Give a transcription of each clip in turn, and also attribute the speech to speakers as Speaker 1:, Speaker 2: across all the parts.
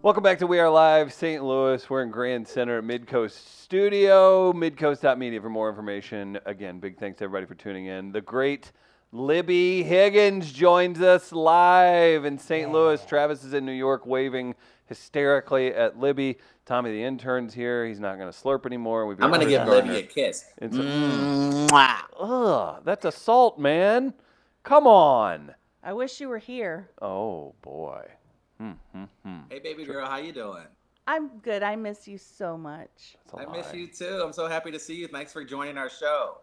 Speaker 1: Welcome back to We Are Live St. Louis. We're in Grand Center at Midcoast Studio, midcoast.media for more information. Again, big thanks to everybody for tuning in. The great Libby Higgins joins us live in St. Louis. Travis is in New York waving hysterically at Libby. Tommy the intern's here. He's not going to slurp anymore. We've
Speaker 2: I'm gonna
Speaker 1: got
Speaker 2: give
Speaker 1: Gardner.
Speaker 2: Libby Mm-hmm. a kiss.
Speaker 1: It's a-
Speaker 2: Mwah.
Speaker 1: Ugh, that's assault, man. Come on.
Speaker 3: I wish you were here.
Speaker 1: Oh boy. Hmm, hmm, hmm.
Speaker 2: Hey, baby girl, how you doing?
Speaker 3: I'm good. I miss you so much.
Speaker 1: That's a
Speaker 2: I miss
Speaker 1: lie.
Speaker 2: you too. I'm so happy to see you. Thanks for joining our show.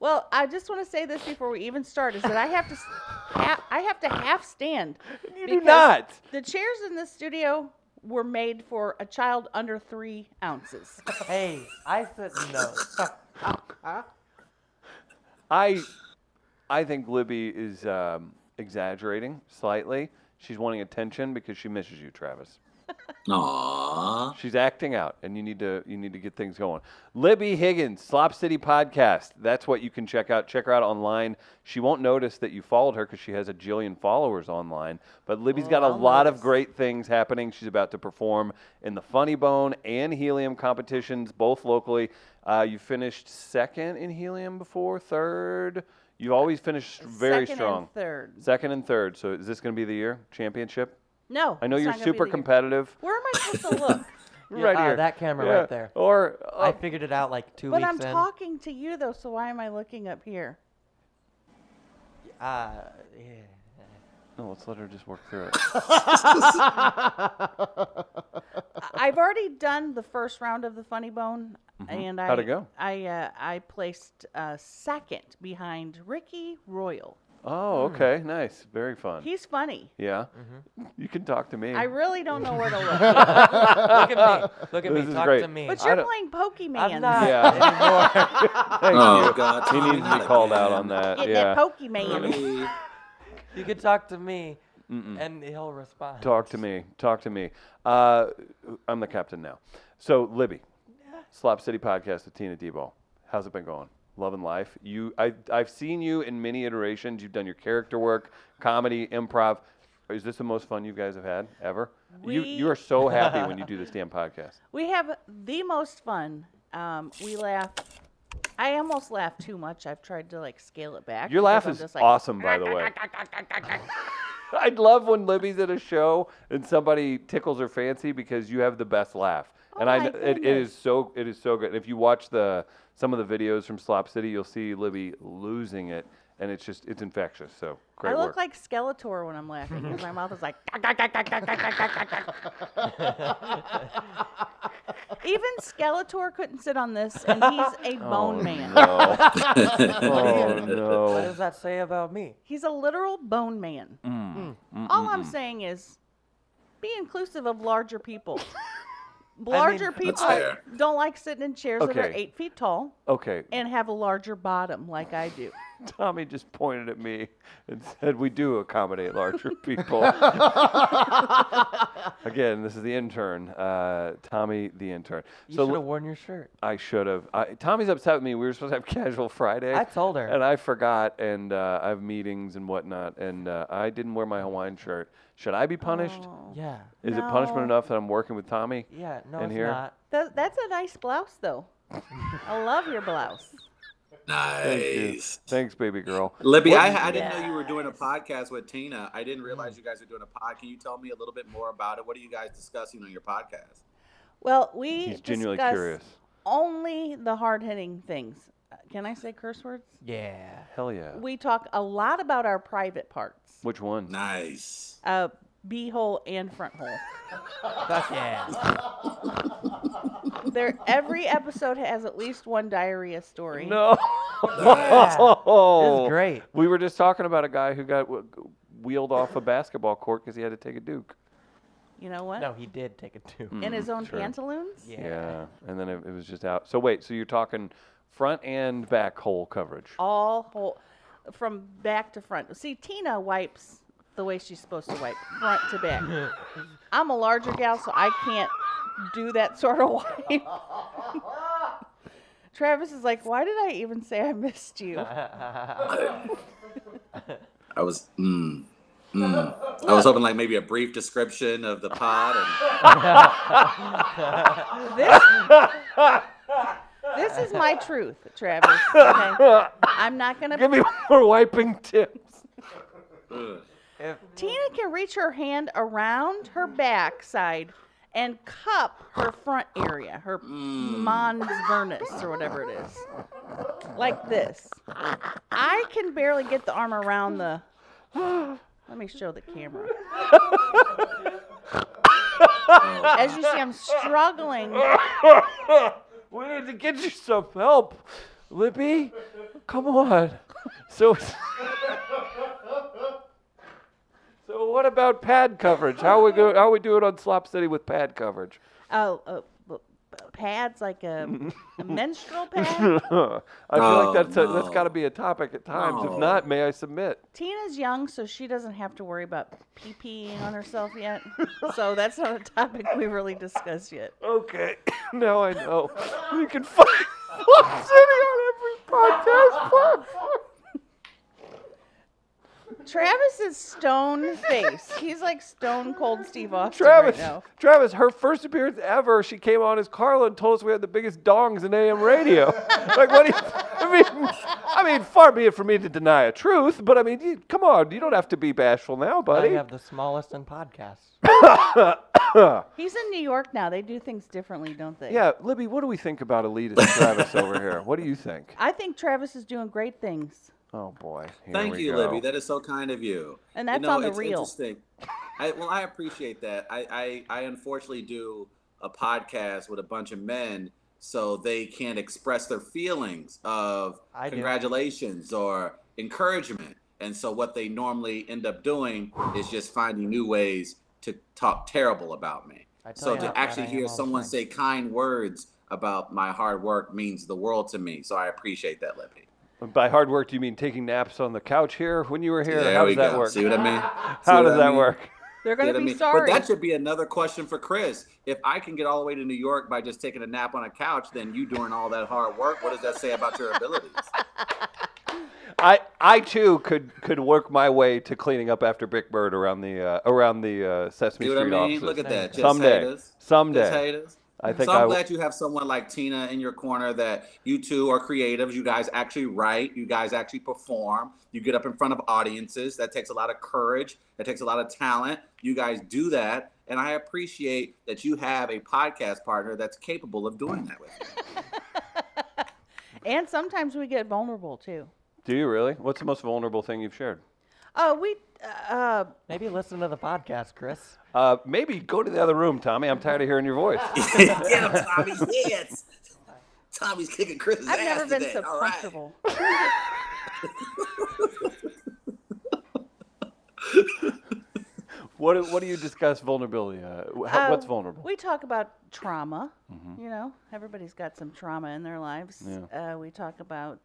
Speaker 3: Well, I just want to say this before we even start is that I have to s- ha- I have to half stand.
Speaker 1: You do
Speaker 3: because
Speaker 1: not.
Speaker 3: The chairs in the studio were made for a child under 3 ounces.
Speaker 4: Hey, I shouldn't know.
Speaker 1: I, I think Libby is um, exaggerating slightly. She's wanting attention because she misses you, Travis.
Speaker 2: Aww.
Speaker 1: She's acting out, and you need to you need to get things going. Libby Higgins, Slop City Podcast. That's what you can check out. Check her out online. She won't notice that you followed her because she has a jillion followers online. But
Speaker 3: Oh,
Speaker 1: Libby's got a lot of great things happening. She's about to perform in the Funny Bone and Helium competitions, both locally. Uh, you finished second in Helium before, third. You always finish very
Speaker 3: Second
Speaker 1: strong.
Speaker 3: And third.
Speaker 1: Second and third. So is this going to be the year championship?
Speaker 3: No.
Speaker 1: I know
Speaker 3: it's
Speaker 1: you're
Speaker 3: not gonna be
Speaker 1: super
Speaker 3: the year.
Speaker 1: competitive.
Speaker 3: Where am I supposed to look?
Speaker 4: Yeah,
Speaker 1: right
Speaker 4: uh,
Speaker 1: here.
Speaker 4: that camera right there.
Speaker 1: Or
Speaker 4: I
Speaker 1: uh,
Speaker 4: figured it out like two
Speaker 3: but
Speaker 4: weeks
Speaker 3: I'm
Speaker 4: in.
Speaker 3: talking to you though, so why am I looking up here?
Speaker 4: Uh,
Speaker 1: no, Oh, let's let her just work through it.
Speaker 3: I- I've already done the first round of the Funny Bone, and I
Speaker 1: Mm-hmm. How'd it go?
Speaker 3: I uh, I placed uh, second behind Ricky Royal.
Speaker 1: Oh,
Speaker 4: Hmm.
Speaker 1: okay, nice, very fun.
Speaker 3: He's funny.
Speaker 1: yeah,
Speaker 4: Mm-hmm.
Speaker 1: you can talk to me.
Speaker 3: I really don't know where to look,
Speaker 4: yeah. Look at me. Look at
Speaker 1: This
Speaker 4: me.
Speaker 1: is
Speaker 4: Talk
Speaker 1: great.
Speaker 4: to me.
Speaker 3: but
Speaker 1: I
Speaker 3: you're
Speaker 1: don't-
Speaker 3: playing Pokemon.
Speaker 4: I'm not
Speaker 1: Yeah.
Speaker 4: anymore.
Speaker 1: Thank
Speaker 2: Oh
Speaker 1: you.
Speaker 2: God,
Speaker 1: He needs to be called out on that.
Speaker 3: Getting
Speaker 1: yeah,
Speaker 3: that Pokemon.
Speaker 4: You can talk to me, and he'll respond.
Speaker 1: talk to me. Talk to me. Uh, I'm the captain now. So Libby, Slop City Podcast with Tina Debo. How's it been going? Love and life. You, I, I've seen you in many iterations. You've done your character work, comedy, improv. Is this the most fun you guys have had ever? you, you
Speaker 3: We-
Speaker 1: are so happy when you do this damn podcast.
Speaker 3: we have the most fun. Um, we laugh. I almost laugh too much. I've tried to like scale it back.
Speaker 1: Your
Speaker 3: because
Speaker 1: laugh
Speaker 3: I'm
Speaker 1: is
Speaker 3: just like,
Speaker 1: awesome, by the way. I'd love when Libby's at a show and somebody tickles her fancy because you have the best laugh. and
Speaker 3: Oh
Speaker 1: I
Speaker 3: my
Speaker 1: kn- it, it
Speaker 3: goodness.
Speaker 1: is so it is so good. And if you watch the some of the videos from Slop City, you'll see Libby losing it and it's just it's infectious. So great
Speaker 3: I
Speaker 1: work.
Speaker 3: look like Skeletor when I'm laughing because my mouth is like. Even Skeletor couldn't sit on this, and he's a bone man.
Speaker 1: Oh, No.
Speaker 4: What
Speaker 1: oh
Speaker 4: do you- What
Speaker 1: no.
Speaker 4: does that say about me?
Speaker 3: He's a literal bone man.
Speaker 1: Mm,
Speaker 3: All I'm saying is, be inclusive of larger people. larger people
Speaker 2: fair.
Speaker 3: don't like sitting in chairs that are
Speaker 1: Okay.
Speaker 3: eight feet tall
Speaker 1: Okay.
Speaker 3: and have a larger bottom like I do.
Speaker 1: Tommy just pointed at me and said, "We do accommodate larger people." Again, this is the intern, uh, Tommy the intern.
Speaker 4: You
Speaker 1: so
Speaker 4: should have
Speaker 1: l-
Speaker 4: worn your shirt.
Speaker 1: I should have. I- Tommy's upset with me. We were supposed to have casual Friday.
Speaker 4: I told her.
Speaker 1: and I forgot, and uh, I have meetings and whatnot, and uh, I didn't wear my Hawaiian shirt. Should I be punished?
Speaker 3: Oh.
Speaker 4: Yeah.
Speaker 1: Is it punishment
Speaker 3: No.
Speaker 1: enough that I'm working with Tommy?
Speaker 4: Yeah. No,
Speaker 1: And
Speaker 4: it's
Speaker 1: here?
Speaker 4: not.
Speaker 3: That, that's a nice blouse, though. I love your blouse.
Speaker 2: Nice.
Speaker 1: Thanks, baby girl.
Speaker 2: Libby, I, I didn't know you were doing a podcast with Tina. I didn't realize you guys were doing a pod. Can you tell me a little bit more about it? What are you guys discussing on your podcast?
Speaker 3: Well, we
Speaker 1: He's genuinely
Speaker 3: discuss
Speaker 1: curious.
Speaker 3: only the hard hitting things. Uh, Can I say curse words?
Speaker 4: Yeah.
Speaker 1: Hell yeah.
Speaker 3: We talk a lot about our private parts,
Speaker 1: Which one?
Speaker 2: Nice.
Speaker 3: uh, beehole and front hole.
Speaker 4: Fuck yeah.
Speaker 3: There, every episode has at least one diarrhea story.
Speaker 1: No.
Speaker 4: Yeah. This is
Speaker 1: Oh.
Speaker 4: great.
Speaker 1: We were just talking about a guy who got w- wheeled off a basketball court because he had to take a Duke.
Speaker 3: You know what?
Speaker 4: No, he did take it too.
Speaker 1: Mm.
Speaker 3: In his own
Speaker 1: sure.
Speaker 3: pantaloons.
Speaker 4: Yeah.
Speaker 1: Yeah. And then it, it was just out. So wait, so you're talking front and back hole coverage.
Speaker 3: All whole, from back to front. See, Tina wipes the way she's supposed to wipe, front to back. I'm a larger gal, so I can't do that sort of wipe. Travis is like, why did I even say I missed you?
Speaker 2: I was. Mm. I was hoping like maybe a brief description of the pod. And,
Speaker 3: This, this is my truth, Travis. Okay? I'm not gonna.
Speaker 1: Give me more wiping tips.
Speaker 2: Ugh.
Speaker 4: If
Speaker 3: Tina can reach her hand around her backside and cup her front area, her mons vernus or whatever it is, like this. I can barely get the arm around the. Let me show the camera. As you see, I'm struggling.
Speaker 1: We need to get you some help, Libby. Come on. So, so what about pad coverage? How we go? How we do it on Slop City with pad coverage?
Speaker 3: Oh, oh b- b- pads like a, a menstrual pad.
Speaker 1: I feel
Speaker 2: Oh,
Speaker 1: like that's a, that's
Speaker 2: no.
Speaker 1: got to be a topic at times. If
Speaker 2: No.
Speaker 1: not, may I submit?
Speaker 3: Tina's young, so she doesn't have to worry about pee peeing on herself yet. so that's not a topic we really discussed yet.
Speaker 1: Okay, now I know. You can find Slop City on every podcast platform.
Speaker 3: Travis is stone face. He's like stone cold Steve Austin
Speaker 1: Travis,
Speaker 3: right now.
Speaker 1: Travis, her first appearance ever. She came on as Carla and told us we had the biggest dongs in AM radio. like, what do you? I mean, I mean, far be it for me to deny a truth, but I mean, you, come on, you don't have to be bashful now,
Speaker 4: I
Speaker 1: buddy.
Speaker 4: have the smallest in podcasts.
Speaker 3: He's in New York now. They do things differently, don't they?
Speaker 1: yeah, Libby, what do we think about elitist Travis over here? What do you think?
Speaker 3: I think Travis is doing great things.
Speaker 1: Oh boy, here
Speaker 2: Thank
Speaker 1: we
Speaker 2: you,
Speaker 1: go.
Speaker 2: Libby. That is so kind of you.
Speaker 3: And that's
Speaker 2: you know,
Speaker 3: on the
Speaker 2: it's
Speaker 3: reel.
Speaker 2: Interesting. I, well, I appreciate that. I, I I unfortunately do a podcast with a bunch of men, so they can't express their feelings of
Speaker 4: I do.
Speaker 2: congratulations or encouragement. And so what they normally end up doing is just finding new ways to talk terrible about me.
Speaker 4: I tell
Speaker 2: So
Speaker 1: Oh,
Speaker 4: you how
Speaker 2: to
Speaker 4: proud I
Speaker 2: actually
Speaker 4: am
Speaker 2: hear
Speaker 4: all the
Speaker 2: someone
Speaker 4: time.
Speaker 2: say kind words about my hard work means the world to me. So I appreciate that, Libby.
Speaker 1: By hard work, do you mean taking naps on the couch here when you were here?
Speaker 2: There
Speaker 1: How
Speaker 2: we
Speaker 1: does that
Speaker 2: go.
Speaker 1: work?
Speaker 2: See what I mean? See what
Speaker 1: How does
Speaker 2: I
Speaker 1: that
Speaker 2: mean?
Speaker 1: work?
Speaker 3: They're going
Speaker 2: See
Speaker 3: to
Speaker 2: what I
Speaker 3: be
Speaker 2: mean?
Speaker 3: sorry.
Speaker 2: But that should be another question for Chris. If I can get all the way to New York by just taking a nap on a couch, then you doing all that hard work, what does that say about your abilities?
Speaker 1: I I too could could work my way to cleaning up after Big Bird around the uh, around the uh, Sesame
Speaker 2: See what I
Speaker 1: Street
Speaker 2: mean?
Speaker 1: offices.
Speaker 2: Look at that. Just
Speaker 1: Someday.
Speaker 2: haters.
Speaker 1: Someday.
Speaker 2: Just haters.
Speaker 1: I think
Speaker 2: so I'm
Speaker 1: I w-
Speaker 2: glad you have someone like Tina in your corner that you two are creatives. You guys actually write. You guys actually perform. You get up in front of audiences. That takes a lot of courage. That takes a lot of talent. You guys do that. And I appreciate that you have a podcast partner that's capable of doing that with you.
Speaker 3: and sometimes we get vulnerable too.
Speaker 1: Do you really? What's the most vulnerable thing you've shared?
Speaker 3: Uh, we uh, uh,
Speaker 4: Maybe listen to the podcast, Chris.
Speaker 1: Uh, maybe go to the other room, Tommy. I'm tired of hearing your voice.
Speaker 2: Get him, Tommy. Yes. Tommy's kicking Chris's
Speaker 3: I've
Speaker 2: ass
Speaker 3: never been
Speaker 2: today.
Speaker 3: so
Speaker 2: All right.
Speaker 3: comfortable.
Speaker 1: what do- What do you discuss vulnerability? Uh, wh- how-
Speaker 3: Uh,
Speaker 1: what's vulnerable? Mm-hmm.
Speaker 3: We talk about trauma. You know, everybody's got some trauma in their lives. Uh, we talk about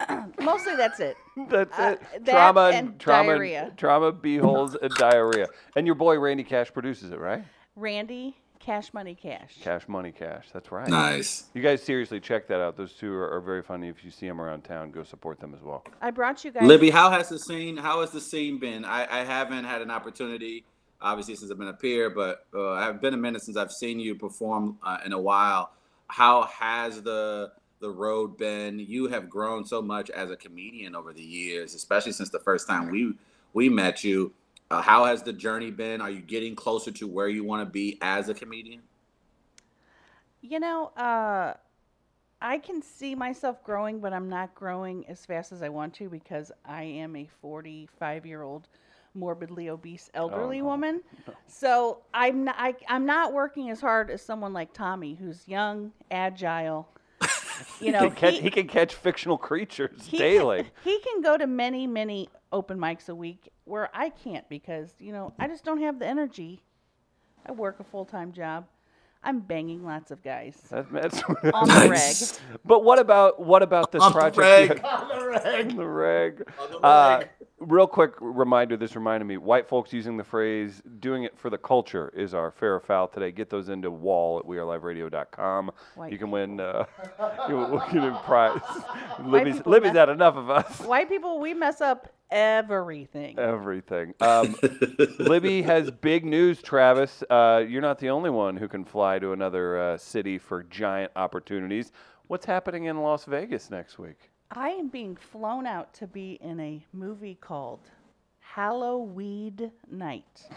Speaker 3: uh, mostly that's it.
Speaker 1: That's
Speaker 3: uh,
Speaker 1: it.
Speaker 3: that
Speaker 1: trauma
Speaker 3: and
Speaker 1: trauma,
Speaker 3: diarrhea.
Speaker 1: trauma, beeholes, and diarrhea. And your boy Randy Cash produces it, right?
Speaker 3: Randy, Cash Money Cash.
Speaker 1: Cash Money Cash. That's right.
Speaker 2: Nice.
Speaker 1: You guys seriously check that out. Those two are, are very funny. If you see them around town, go support them as well.
Speaker 3: I brought you guys.
Speaker 2: Libby, how has the scene? How has the scene been? I, I haven't had an opportunity, obviously, since I've been up here, but uh, I've been a minute since I've seen you perform uh, in a while. How has the the road been? You have grown so much as a comedian over the years, especially since the first time we we met you. Uh, how has the journey been? Are you getting closer to where you want to be as a comedian?
Speaker 3: You know, uh, I can see myself growing, but I'm not growing as fast as I want to because I am a 45 year old morbidly obese elderly
Speaker 1: Oh, no.
Speaker 3: woman. So I'm not, I, I'm not working as hard as someone like Tommy, who's young, agile. You know,
Speaker 1: he, can catch, he can catch fictional creatures
Speaker 3: he can-
Speaker 1: daily.
Speaker 3: he can go to many, many open mics a week where I can't because, you know, I just don't have the energy. I work a full time job. I'm banging lots of guys
Speaker 1: That, that's,
Speaker 3: on the reg.
Speaker 1: but what about what about this
Speaker 2: On the
Speaker 1: project?
Speaker 2: reg.
Speaker 1: On the reg.
Speaker 2: On the
Speaker 1: Uh,
Speaker 2: reg.
Speaker 1: real quick reminder. This reminded me. White folks using the phrase "doing it for the culture" is our fair or foul today. Get those into wall at weareliveradio.com.
Speaker 3: White
Speaker 1: you can win. Uh, you can win a prize. Libby's,
Speaker 3: people
Speaker 1: Libby's
Speaker 3: mess-
Speaker 1: had enough of us.
Speaker 3: White people, we mess up everything.
Speaker 1: Everything. Um, Libby has big news, Travis. Uh, you're not the only one who can fly to another uh, city for giant opportunities. What's happening in Las Vegas next week?
Speaker 3: I am being flown out to be in a movie called Halloween Night.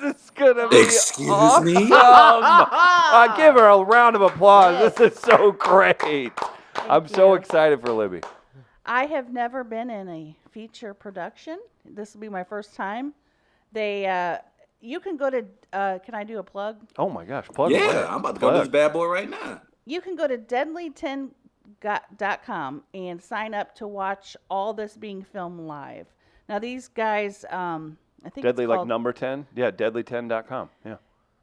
Speaker 1: This is gonna be
Speaker 2: Excuse me?
Speaker 1: awesome. Uh, give her a round of applause. This is so great. I'm so
Speaker 3: you.
Speaker 1: excited for Libby.
Speaker 3: I have never been in a feature production. This will be my first time. They, uh, you can go to. Uh, can I do a plug?
Speaker 1: Oh my gosh, plug away.
Speaker 2: Yeah, I'm about to go to this
Speaker 1: Plug.
Speaker 2: bad boy right now.
Speaker 3: You can go to deadly10.com and sign up to watch all this being filmed live. Now these guys, um, I think it's
Speaker 1: Deadly like
Speaker 3: called-
Speaker 1: number ten. Yeah, deadly10.com. Yeah.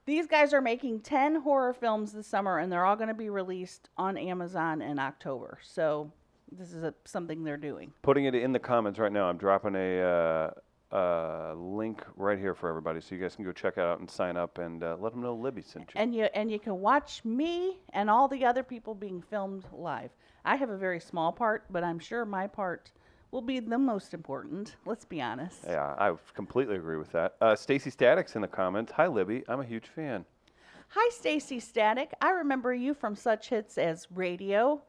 Speaker 3: These guys are making 10 horror films this summer, and they're all going to be released on Amazon in October. So, this is a, something they're doing.
Speaker 1: putting it in the comments right now. I'm dropping a uh, uh, link right here for everybody, so you guys can go check it out and sign up and uh, let them know Libby sent you.
Speaker 3: And you, and you can watch me and all the other people being filmed live. I have a very small part, but I'm sure my part will be the most important. Let's be honest.
Speaker 1: yeah, I completely agree with that. Uh, Stacy Statics in the comments. Hi, Libby. I'm a huge fan.
Speaker 3: Hi, Stacy Static. I remember you from such hits as Radio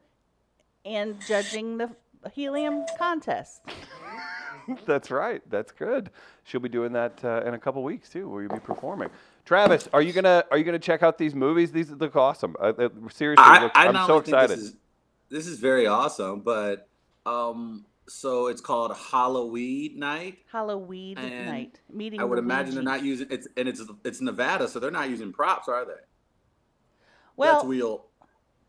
Speaker 3: and judging the helium contest.
Speaker 1: That's right. That's good. She'll be doing that uh, in a couple weeks too, where you'll be performing. Travis, are you gonna are you gonna check out these movies? These look awesome. Uh, uh, seriously, look,
Speaker 2: I, I
Speaker 1: I'm
Speaker 2: not
Speaker 1: so
Speaker 2: only think
Speaker 1: excited.
Speaker 2: This is, this is very awesome, but um, so it's called Halloween night.
Speaker 3: Halloween
Speaker 2: And
Speaker 3: night meeting.
Speaker 2: I would imagine they're
Speaker 3: Luigi.
Speaker 2: not using it's and it's it's Nevada, so they're not using props, are they?
Speaker 3: Well,
Speaker 2: That's real.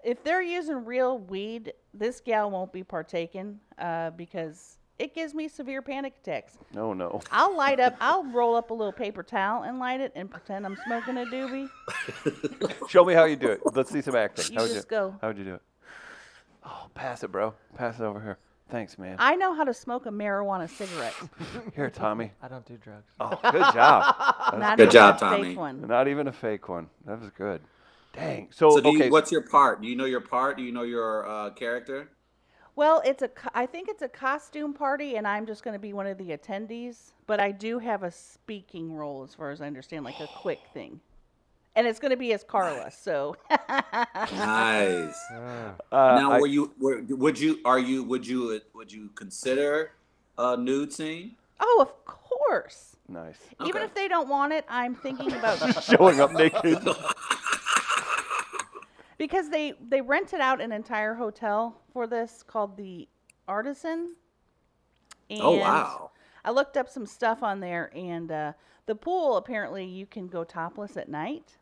Speaker 3: if they're using real weed, this gal won't be partaking uh, because it gives me severe panic attacks.
Speaker 1: no, no.
Speaker 3: I'll light up. I'll roll up a little paper towel and light it and pretend I'm smoking a doobie.
Speaker 1: Show me how you do it. Let's see some acting.
Speaker 3: You
Speaker 1: how would
Speaker 3: just go.
Speaker 1: How would you do it? Oh, pass it, bro. Pass it over here. Thanks, man.
Speaker 3: I know how to smoke a marijuana cigarette.
Speaker 1: Here, Tommy.
Speaker 4: I don't do drugs.
Speaker 1: Oh, good job.
Speaker 3: Not
Speaker 2: Good
Speaker 3: even
Speaker 2: job,
Speaker 3: a
Speaker 2: Tommy.
Speaker 3: Fake one.
Speaker 1: Not even a fake one. That was good. Dang. So,
Speaker 2: So do
Speaker 1: Oh, okay.
Speaker 2: you, what's your part? Do you know your part? Do you know your uh, character?
Speaker 3: Well, it's a. co- I think it's a costume party, and I'm just going to be one of the attendees. But I do have a speaking role, as far as I understand, like a quick thing. And it's going to be as Carla. So
Speaker 2: Nice.
Speaker 1: uh,
Speaker 2: now,
Speaker 1: I-
Speaker 2: were you? Were, would you? Are you? Would you? Would you consider a nude scene?
Speaker 3: Oh, of course.
Speaker 1: nice.
Speaker 3: Even
Speaker 2: Okay.
Speaker 3: if they don't want it, I'm thinking about
Speaker 1: Showing up naked.
Speaker 3: because they they rented out an entire hotel for this called the Artisan. And
Speaker 2: oh wow!
Speaker 3: I looked up some stuff on there, and uh, the pool apparently you can go topless at night.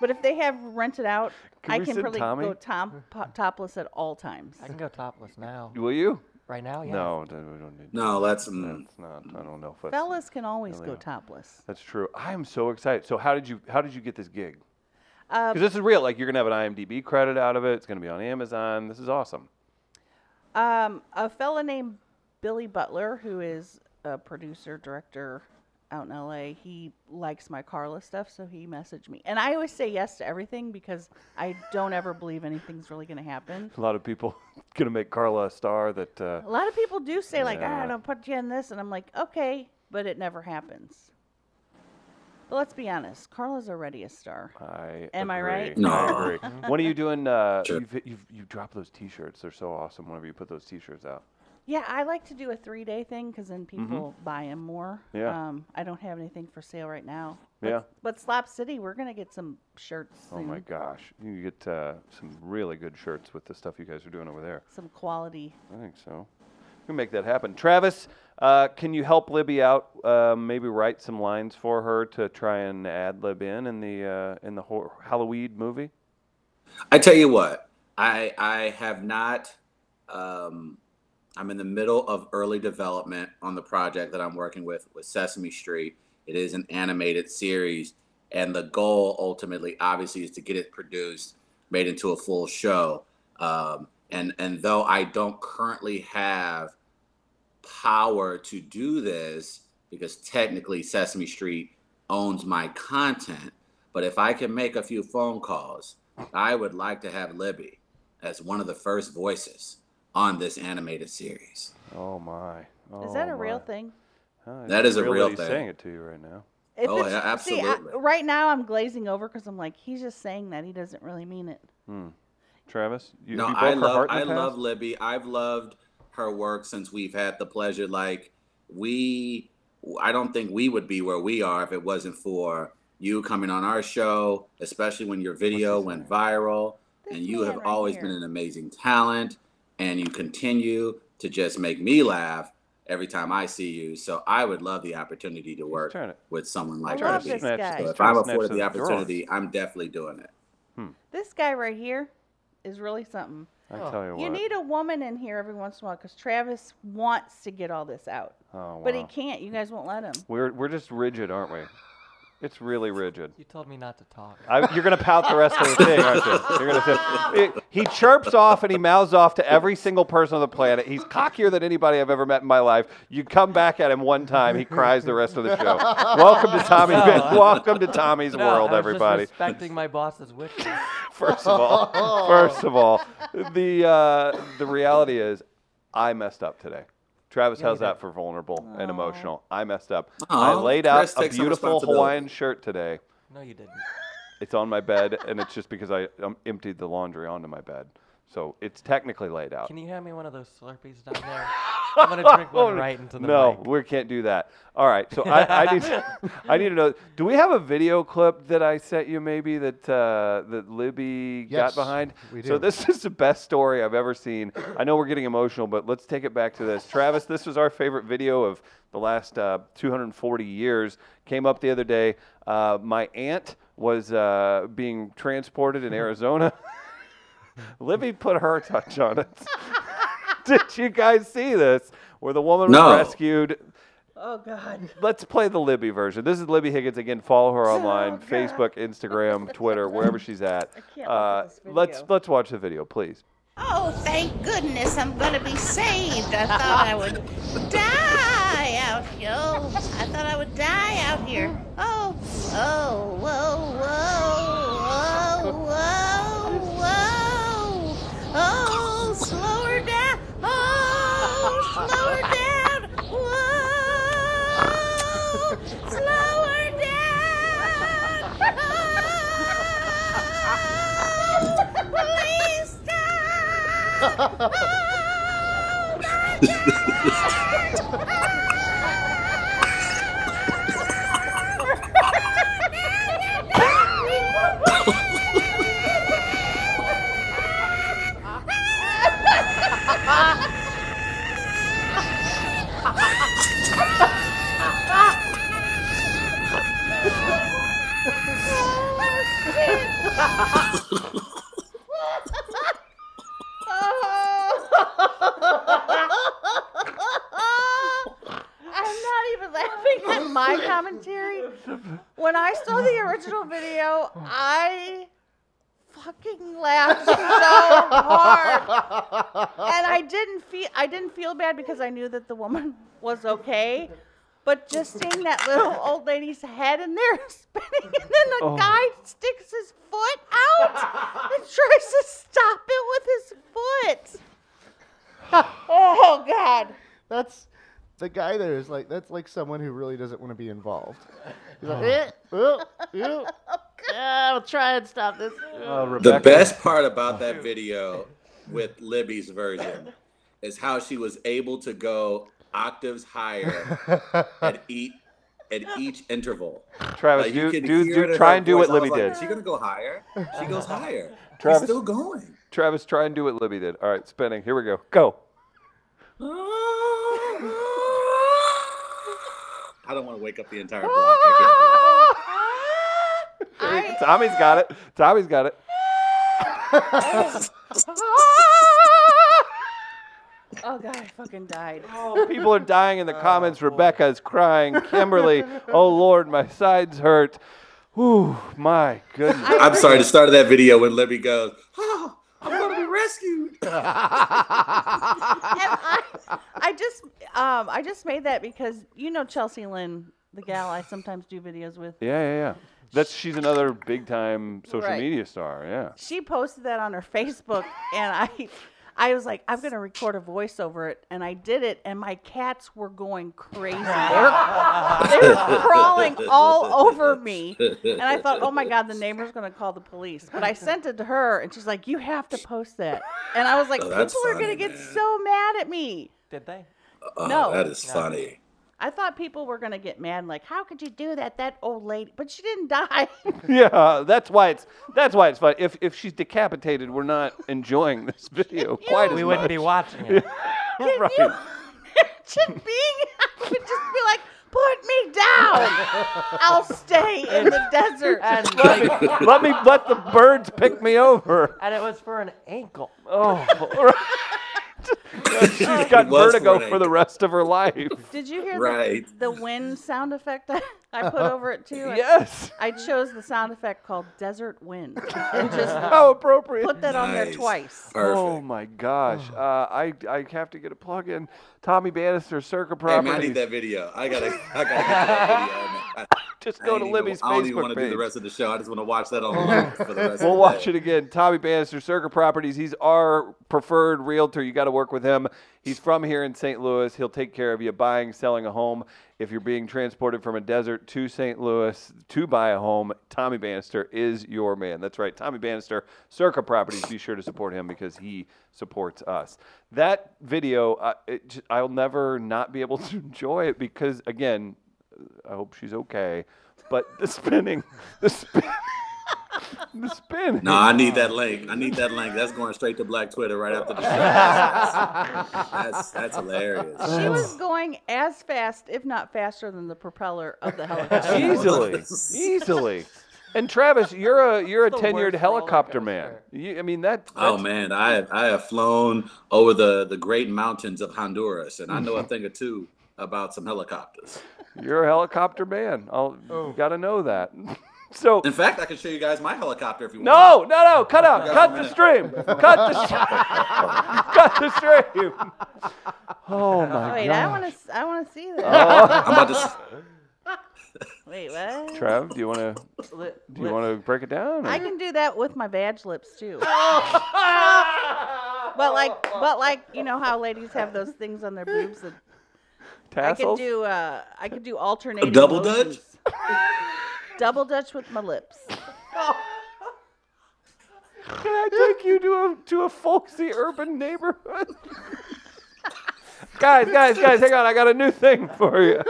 Speaker 3: But if they have rented out,
Speaker 1: Can
Speaker 3: I
Speaker 1: we
Speaker 3: can
Speaker 1: send
Speaker 3: probably
Speaker 1: Tommy?
Speaker 3: go tom- po- topless at all times.
Speaker 4: I can go topless now.
Speaker 1: Will you?
Speaker 4: Right now, yeah.
Speaker 1: No, d- we don't need.
Speaker 2: No, that's mm,
Speaker 1: That's not. I don't know if that's,
Speaker 3: Fellas can always go
Speaker 1: Elena.
Speaker 3: topless.
Speaker 1: that's true. I am so excited. So, how did you? How did you get this gig?
Speaker 3: Uh,
Speaker 1: Because this is real. Like you're gonna have an IMDb credit out of it. It's gonna be on Amazon. This is awesome.
Speaker 3: Um, a fella named Billy Butler, who is a producer director out in LA, he likes my Carla stuff, so he messaged me. And I always say yes to everything because I don't ever believe anything's really going to happen.
Speaker 1: A lot of people gonna make Carla a star. That uh,
Speaker 3: A lot of people do say like, "Ah,
Speaker 1: Yeah.
Speaker 3: "I don't put you in this," and I'm like, "Okay," but it never happens. But let's be honest, Carla's already a star.
Speaker 1: I
Speaker 3: Am I
Speaker 1: agree.
Speaker 3: right?
Speaker 2: No.
Speaker 1: I agree. when are you doing? Uh,
Speaker 2: Sure.
Speaker 1: you've, you've you dropped those T-shirts. They're so awesome. Whenever you put those T-shirts out.
Speaker 3: Yeah, I like to do a three day thing because then people buy 'em buy them more.
Speaker 1: Mm-hmm. Yeah.
Speaker 3: Um, I don't have anything for sale right now.
Speaker 1: Yeah.
Speaker 3: But Slap City, we're gonna get some shirts.
Speaker 1: Oh my
Speaker 3: soon.
Speaker 1: gosh, you can get uh, some really good shirts with the stuff you guys are doing over there.
Speaker 3: Some quality.
Speaker 1: I think so. We can make that happen. Travis, uh, can you help Libby out? Uh, maybe write some lines for her to try and ad lib in in the uh, in the hor- Halloween movie.
Speaker 2: I tell you what, I I have not. Um, I'm in the middle of early development on the project that I'm working with with Sesame Street. It is an animated series, and the goal ultimately, obviously, is to get it produced, made into a full show. Um, and and though I don't currently have power to do this because technically Sesame Street owns my content, but if I can make a few phone calls, I would like to have Libby as one of the first voices on this animated series.
Speaker 1: Oh my.
Speaker 3: Is that
Speaker 1: Oh,
Speaker 3: a real
Speaker 1: my.
Speaker 3: thing?
Speaker 1: Oh,
Speaker 2: That
Speaker 1: it's
Speaker 2: is a
Speaker 1: real
Speaker 2: real
Speaker 1: that he's
Speaker 2: thing.
Speaker 1: saying it to you right now.
Speaker 3: If
Speaker 2: Oh,
Speaker 3: it's-
Speaker 2: yeah,
Speaker 3: see, I-
Speaker 2: absolutely.
Speaker 3: right now, I'm glazing over because I'm like, he's just saying that. He doesn't really mean it.
Speaker 1: Hmm. Travis, you,
Speaker 2: no,
Speaker 1: have you broke
Speaker 2: I
Speaker 1: her
Speaker 2: love
Speaker 1: heart in
Speaker 2: I
Speaker 1: the past?
Speaker 2: love Libby. I've loved her work since we've had the pleasure. Like we, I don't think we would be where we are if it wasn't for you coming on our show, especially when your video
Speaker 1: his
Speaker 2: went
Speaker 1: name?
Speaker 2: viral.
Speaker 3: This
Speaker 2: and you
Speaker 3: man
Speaker 2: have
Speaker 3: right
Speaker 2: always
Speaker 3: here.
Speaker 2: been an amazing talent, and you continue to just make me laugh every time I see you. So I would love the opportunity to work
Speaker 1: trying to-
Speaker 2: with someone like
Speaker 3: love
Speaker 2: Libby.
Speaker 3: this
Speaker 2: So
Speaker 1: Snatch-
Speaker 3: guy.
Speaker 1: he's
Speaker 2: if
Speaker 1: trying
Speaker 2: I'm
Speaker 1: to snatch
Speaker 2: afforded the
Speaker 1: some drawers.
Speaker 2: opportunity, I'm definitely doing it.
Speaker 3: This guy right here is really something.
Speaker 1: I tell you what.
Speaker 3: You need a woman in here every once in a while because Travis wants to get all this out,
Speaker 1: oh,
Speaker 3: but he
Speaker 1: wow.
Speaker 3: can't. You guys won't let him.
Speaker 1: We're we're just rigid, aren't we? It's really rigid.
Speaker 4: You told me not to talk.
Speaker 1: I, you're gonna pout the rest of the thing, aren't you? You're gonna say, It- he chirps off and he mouths off to every single person on the planet. He's cockier than anybody I've ever met in my life. You come back at him one time, he cries the rest of the show. Welcome to Tommy.
Speaker 4: No.
Speaker 1: Welcome to Tommy's
Speaker 4: No,
Speaker 1: world,
Speaker 4: uh, I was
Speaker 1: everybody.
Speaker 4: Just respecting my boss's wishes.
Speaker 1: First of all, first of all, the uh, the reality is, I messed up today. Travis, how's
Speaker 4: you did.
Speaker 1: that for vulnerable and
Speaker 3: Aw.
Speaker 1: emotional? I messed up. I
Speaker 2: Aw,
Speaker 1: laid out
Speaker 2: Chris,
Speaker 1: a
Speaker 2: take some
Speaker 1: beautiful
Speaker 2: responsibility.
Speaker 1: Hawaiian shirt today.
Speaker 4: No, you didn't.
Speaker 1: It's on my bed, and it's just because I um, emptied the laundry onto my bed, so it's technically laid out.
Speaker 4: Can you hand me one of those Slurpees down there? I'm gonna drink one right into the
Speaker 1: Oh, no,
Speaker 4: mic.
Speaker 1: we can't do that. All right, so I, I need I need to know. Do we have a video clip that I sent you maybe that uh, that Libby got
Speaker 5: Yes,
Speaker 1: behind?
Speaker 5: we
Speaker 1: So
Speaker 5: do.
Speaker 1: this is the best story I've ever seen. I know we're getting emotional, but let's take it back to this. Travis, this was our favorite video of the last uh, 240 years. Came up the other day. Uh, my aunt was uh, being transported in Arizona. Libby put her touch on it. Did you guys see this? Where the woman
Speaker 2: No.
Speaker 1: was rescued.
Speaker 3: Oh God.
Speaker 1: Let's play the Libby version. This is Libby Higgins again. Follow her online,
Speaker 3: Oh, God.
Speaker 1: Facebook, Instagram, Twitter, wherever she's at. Uh,
Speaker 3: I can't look at this video.
Speaker 1: let's let's watch the video, please.
Speaker 6: Oh, thank goodness I'm gonna be saved. I thought I would die out here. Oh, I thought I would die out here. Oh, oh, whoa, whoa, whoa, whoa, whoa. Oh, slow her down. Oh, slow her down. Whoa, slow her down. Oh, please stop. Oh, my
Speaker 3: I'm not even laughing at my commentary. When I saw the original video, I fucking laughed so hard. And I didn't feel I didn't feel bad because I knew that the woman was okay. But just seeing that little old lady's head in there spinning, and then the
Speaker 1: Oh.
Speaker 3: guy sticks his foot out and tries to stop it with his foot. Oh God!
Speaker 5: That's the guy there is like that's like someone who really doesn't want to be involved. He's
Speaker 1: Uh-huh.
Speaker 5: like, eh, oh, oh, yeah, I'll try and stop this.
Speaker 1: Uh,
Speaker 2: The
Speaker 1: Rebecca, Oh,
Speaker 2: best part about that video with Libby's version is how she was able to go octaves higher
Speaker 5: Uh-huh.
Speaker 2: at each at each interval.
Speaker 1: Travis,
Speaker 2: Like,
Speaker 1: do
Speaker 2: you can
Speaker 1: do,
Speaker 2: hear it
Speaker 1: do
Speaker 2: in
Speaker 1: try
Speaker 2: her
Speaker 1: and do what
Speaker 2: voice. I
Speaker 1: Libby
Speaker 2: was like,
Speaker 1: did.
Speaker 2: Is she gonna go higher? She goes higher.
Speaker 1: Travis-
Speaker 2: She's still going.
Speaker 1: Travis, try and do what Libby did. All right, spinning. Here we go. Go.
Speaker 2: I don't want to wake up the entire block. I
Speaker 3: I,
Speaker 1: Tommy's got it. Tommy's got it.
Speaker 3: oh God! I fucking died.
Speaker 1: People are dying in
Speaker 2: Oh,
Speaker 1: the comments. Rebecca is crying. Kimberly, oh Lord, my sides hurt. Whew, my goodness.
Speaker 2: can't. I'm sorry. The start of that video when Libby goes, "Oh, I'm gonna be rescued."
Speaker 3: And I, I just, um, I just made that because you know Chelsea Lynn, the gal I sometimes do videos with.
Speaker 1: Yeah, yeah, yeah. That's she's another big time social
Speaker 3: Right.
Speaker 1: media star. Yeah.
Speaker 3: She posted that on her Facebook, and I, I was like, I'm gonna record a voice over it, and I did it, and my cats were going crazy. They were, they were crawling all over me, and I thought, oh my god, the neighbor's gonna call the police. But I sent it to her, and she's like, you have to post that. And I was like,
Speaker 2: Oh,
Speaker 3: people
Speaker 2: that's
Speaker 3: are
Speaker 2: funny,
Speaker 3: gonna get
Speaker 2: man.
Speaker 3: so mad at me.
Speaker 4: Did they?
Speaker 2: Oh,
Speaker 3: No.
Speaker 2: that is funny.
Speaker 3: I thought people were gonna get mad, like, how could you do that? That old lady, but she didn't die.
Speaker 1: Yeah, that's why it's that's why it's fun. If if she's decapitated, we're not enjoying this video quite as
Speaker 4: We wouldn't
Speaker 1: much.
Speaker 4: be watching it.
Speaker 3: Can you imagine being? I would just be like, put me down. I'll stay in the desert.
Speaker 4: and, like,
Speaker 1: let me let the birds pick me over.
Speaker 4: and it was for an ankle.
Speaker 1: Oh, she's got
Speaker 2: It was
Speaker 1: vertigo
Speaker 2: right.
Speaker 1: for the rest of her life.
Speaker 3: Did you hear
Speaker 2: Right.
Speaker 3: the, the wind sound effect I, I put over it too?
Speaker 1: Yes,
Speaker 3: I, I chose the sound effect called desert wind and just
Speaker 1: how appropriate.
Speaker 3: put that on there
Speaker 2: Nice.
Speaker 3: twice.
Speaker 2: Perfect.
Speaker 1: Oh my gosh, uh, I I have to get a plug in. Tommy Bannister, Circa
Speaker 2: Hey,
Speaker 1: Properties.
Speaker 2: man, I need that video. I gotta, I gotta get that video. Man. I-
Speaker 1: Just
Speaker 2: I
Speaker 1: go
Speaker 2: ain't
Speaker 1: to
Speaker 2: even-
Speaker 1: Libby's
Speaker 2: I don't even
Speaker 1: Facebook
Speaker 2: want to do the
Speaker 1: page.
Speaker 2: rest of the show. I just want to watch that on loop for the rest.
Speaker 1: We'll
Speaker 2: of the
Speaker 1: watch
Speaker 2: day.
Speaker 1: it again. Tommy Bannister, Circa Properties. He's our preferred realtor. You got to work with him. He's from here in St. Louis. He'll take care of you buying, selling a home. If you're being transported from a desert to St. Louis to buy a home, Tommy Bannister is your man. That's right. Tommy Bannister, Circa Properties. Be sure to support him because he supports us. That video, I, it, j- I'll never not be able to enjoy it because, again, I hope she's okay. But the spinning, the spin, the spinning.
Speaker 2: No, I need that link. I need that link. That's going straight to Black Twitter right after the show. that's that's hilarious.
Speaker 3: She was going as fast, if not faster, than the propeller of the helicopter.
Speaker 1: easily, easily. And Travis, you're a you're a
Speaker 4: the
Speaker 1: tenured
Speaker 4: worst
Speaker 1: helicopter
Speaker 4: roller
Speaker 1: man.
Speaker 4: coaster.
Speaker 1: You, I mean that.
Speaker 2: Oh
Speaker 1: that's-
Speaker 2: man, I have, I have flown over the the great mountains of Honduras, and I know a thing or two about some helicopters.
Speaker 1: you're a helicopter man. I'll
Speaker 5: Oh.
Speaker 1: got to know that. so
Speaker 2: In fact, I can show you guys my helicopter if you
Speaker 1: no, no, no, cut out,
Speaker 2: got
Speaker 1: cut
Speaker 2: a
Speaker 1: the
Speaker 2: minute.
Speaker 1: stream, cut the, sh- cut the stream. Oh my
Speaker 3: Wait, I
Speaker 1: god,
Speaker 3: want to. I want to see
Speaker 4: Oh,
Speaker 3: that.
Speaker 2: want. I'm about to. s-
Speaker 3: Wait, what?
Speaker 1: Trav, do you want to do you want to break it down? or-
Speaker 3: I can do that with my badge lips too. but like, but like, you know how ladies have those things on their boobs that I could
Speaker 1: Tassels?
Speaker 3: do. Uh, I could do alternating.
Speaker 2: double
Speaker 3: motions. Double dutch with my lips.
Speaker 1: Can I take you to a to a folksy urban neighborhood? guys, guys, guys, hang on! I got a new thing for you.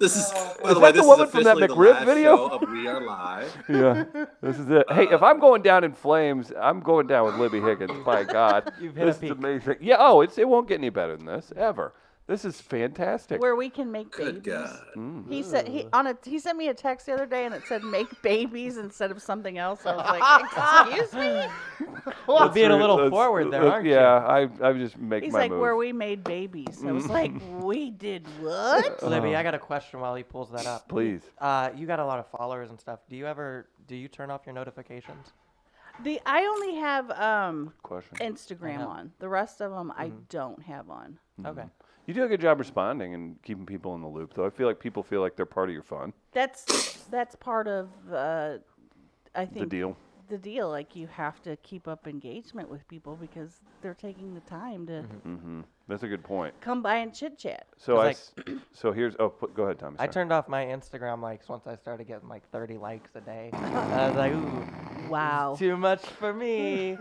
Speaker 2: This is by
Speaker 1: Oh, Is
Speaker 2: the
Speaker 1: that
Speaker 2: way,
Speaker 1: the
Speaker 2: this
Speaker 1: woman
Speaker 2: is
Speaker 1: from that
Speaker 2: officially the
Speaker 1: McRib
Speaker 2: last
Speaker 1: video?
Speaker 2: show of We Are Live.
Speaker 1: yeah, this is it. Hey, if I'm going down in flames, I'm going down with Libby Higgins. By God,
Speaker 4: You've hit a
Speaker 1: this is
Speaker 4: peak.
Speaker 1: amazing. Yeah, oh, it's it won't get any better than this ever. This is fantastic.
Speaker 3: Where we can make
Speaker 2: Good
Speaker 3: babies.
Speaker 2: God.
Speaker 3: He said he on a he sent me a text the other day and it said make babies instead of something else. I was like, excuse me.
Speaker 4: You're being a
Speaker 1: Let's-
Speaker 4: little
Speaker 1: let's-
Speaker 4: forward there,
Speaker 1: let's-
Speaker 4: aren't
Speaker 1: yeah, I I just make
Speaker 3: He's
Speaker 1: my
Speaker 3: like,
Speaker 1: move. Mm-hmm.
Speaker 3: where we made babies. I was like, we did what?
Speaker 4: you? Libby, I got a question while he pulls that up.
Speaker 1: Uh-huh. Please.
Speaker 4: Uh, you got a lot of followers and stuff. Do you ever do you turn off your notifications?
Speaker 3: The I only have um
Speaker 1: Question.
Speaker 3: Instagram on. The rest of them I don't have on.
Speaker 1: Mm-hmm.
Speaker 4: Okay.
Speaker 1: You do a good job responding and keeping people in the loop, though. I feel like people feel like they're part of your fun.
Speaker 3: That's that's part of uh, I think
Speaker 1: deal.
Speaker 3: The deal, like you have to keep up engagement with people because they're taking the time to
Speaker 1: Mm-hmm. That's a good point.
Speaker 3: come by and chit chat.
Speaker 1: So
Speaker 4: 'Cause,
Speaker 1: I,
Speaker 4: like-
Speaker 1: s- so here's. Oh, put, go ahead, Tommy.
Speaker 4: I
Speaker 1: sorry.
Speaker 4: turned off my Instagram likes once I started getting like 30 likes a day. And I was like, ooh,
Speaker 3: Wow,
Speaker 4: too much for me.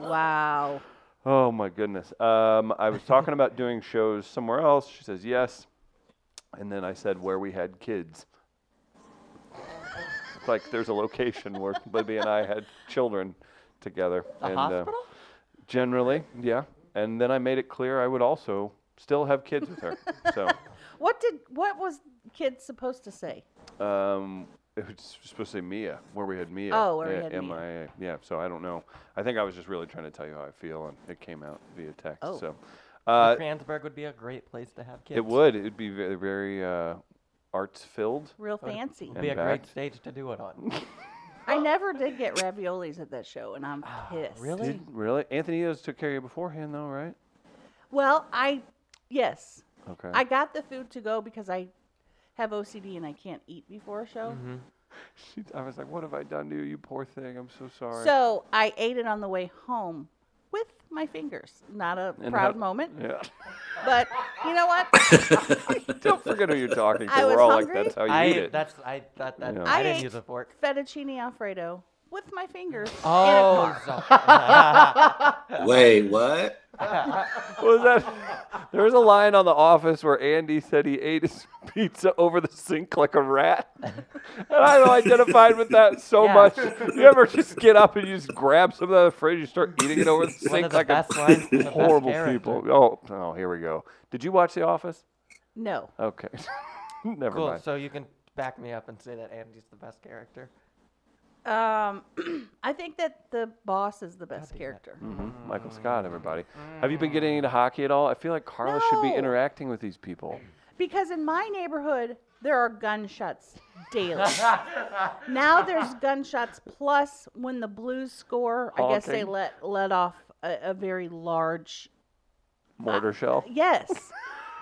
Speaker 3: wow.
Speaker 1: Oh my goodness. Um, I was talking about doing shows somewhere else. She says yes, and then I said where we had kids. It's like there's a location where Libby and I had children together.
Speaker 4: The
Speaker 1: and, uh,
Speaker 4: hospital?
Speaker 1: generally, yeah. And then I made it clear I would also still have kids with her. So,
Speaker 3: What did what was kids supposed to say?
Speaker 1: um, it was supposed to say Mia, where we had Mia.
Speaker 3: Oh, where we had Mia.
Speaker 1: M I A. Yeah. So I don't know. I think I was just really trying to tell you how I feel, and it came out via text.
Speaker 3: Oh.
Speaker 1: So. Uh,
Speaker 4: Kranzberg would be a great place to have kids.
Speaker 1: It would. It'd be very, very uh, arts filled.
Speaker 3: Real fancy.
Speaker 4: It'd be a
Speaker 1: And
Speaker 4: great
Speaker 1: back.
Speaker 4: stage to do it on.
Speaker 3: I never did get raviolis at that show, and I'm pissed.
Speaker 4: really?
Speaker 1: Did, really? Anthony Eos took care of you beforehand, though, right?
Speaker 3: Well, I yes,
Speaker 1: Okay.
Speaker 3: I got the food to go because I have OCD and I can't eat before a show.
Speaker 1: I was like, what have I done to you, you poor thing? I'm so sorry.
Speaker 3: So I ate it on the way home with my fingers. Not a
Speaker 1: And
Speaker 3: proud
Speaker 1: how-
Speaker 3: moment,
Speaker 1: Yeah.
Speaker 3: but you know what?
Speaker 1: Don't forget who you're talking to.
Speaker 3: I was
Speaker 1: We're all
Speaker 3: hungry.
Speaker 1: like, that's how Oh, you eat
Speaker 4: I
Speaker 1: it.
Speaker 4: that's I thought that
Speaker 1: Yeah.
Speaker 4: I,
Speaker 3: I
Speaker 4: didn't
Speaker 3: ate-
Speaker 4: use a fork.
Speaker 3: Fettuccine Alfredo with my fingers in a
Speaker 4: Oh,
Speaker 3: car.
Speaker 2: Wait, what?
Speaker 1: What was that? There was a line on The Office where Andy said he ate his pizza over the sink like a rat, and I identified with that so
Speaker 4: Yeah.
Speaker 1: much. You ever just get up and you just grab something out of the fridge, you start eating it over the
Speaker 4: so one
Speaker 1: sink
Speaker 4: of the
Speaker 1: like a
Speaker 4: best lines. from the best
Speaker 1: horrible
Speaker 4: character.
Speaker 1: people. Oh, oh, here we go. Did you watch The Office?
Speaker 3: No.
Speaker 1: Okay, never
Speaker 4: Cool.
Speaker 1: mind.
Speaker 4: So you can back me up and say that Andy's the best character.
Speaker 3: Um, I think that the boss is the best character.
Speaker 1: Mhm. Michael Scott, everybody. Have you been getting into hockey at all? I feel like Carla should be
Speaker 3: No.
Speaker 1: interacting with these people.
Speaker 3: Because in my neighborhood, there are gunshots daily. now there's gunshots plus when the Blues score, I guess they
Speaker 1: Honking.
Speaker 3: let let off a, a very large
Speaker 1: Mortar shell.
Speaker 3: yes,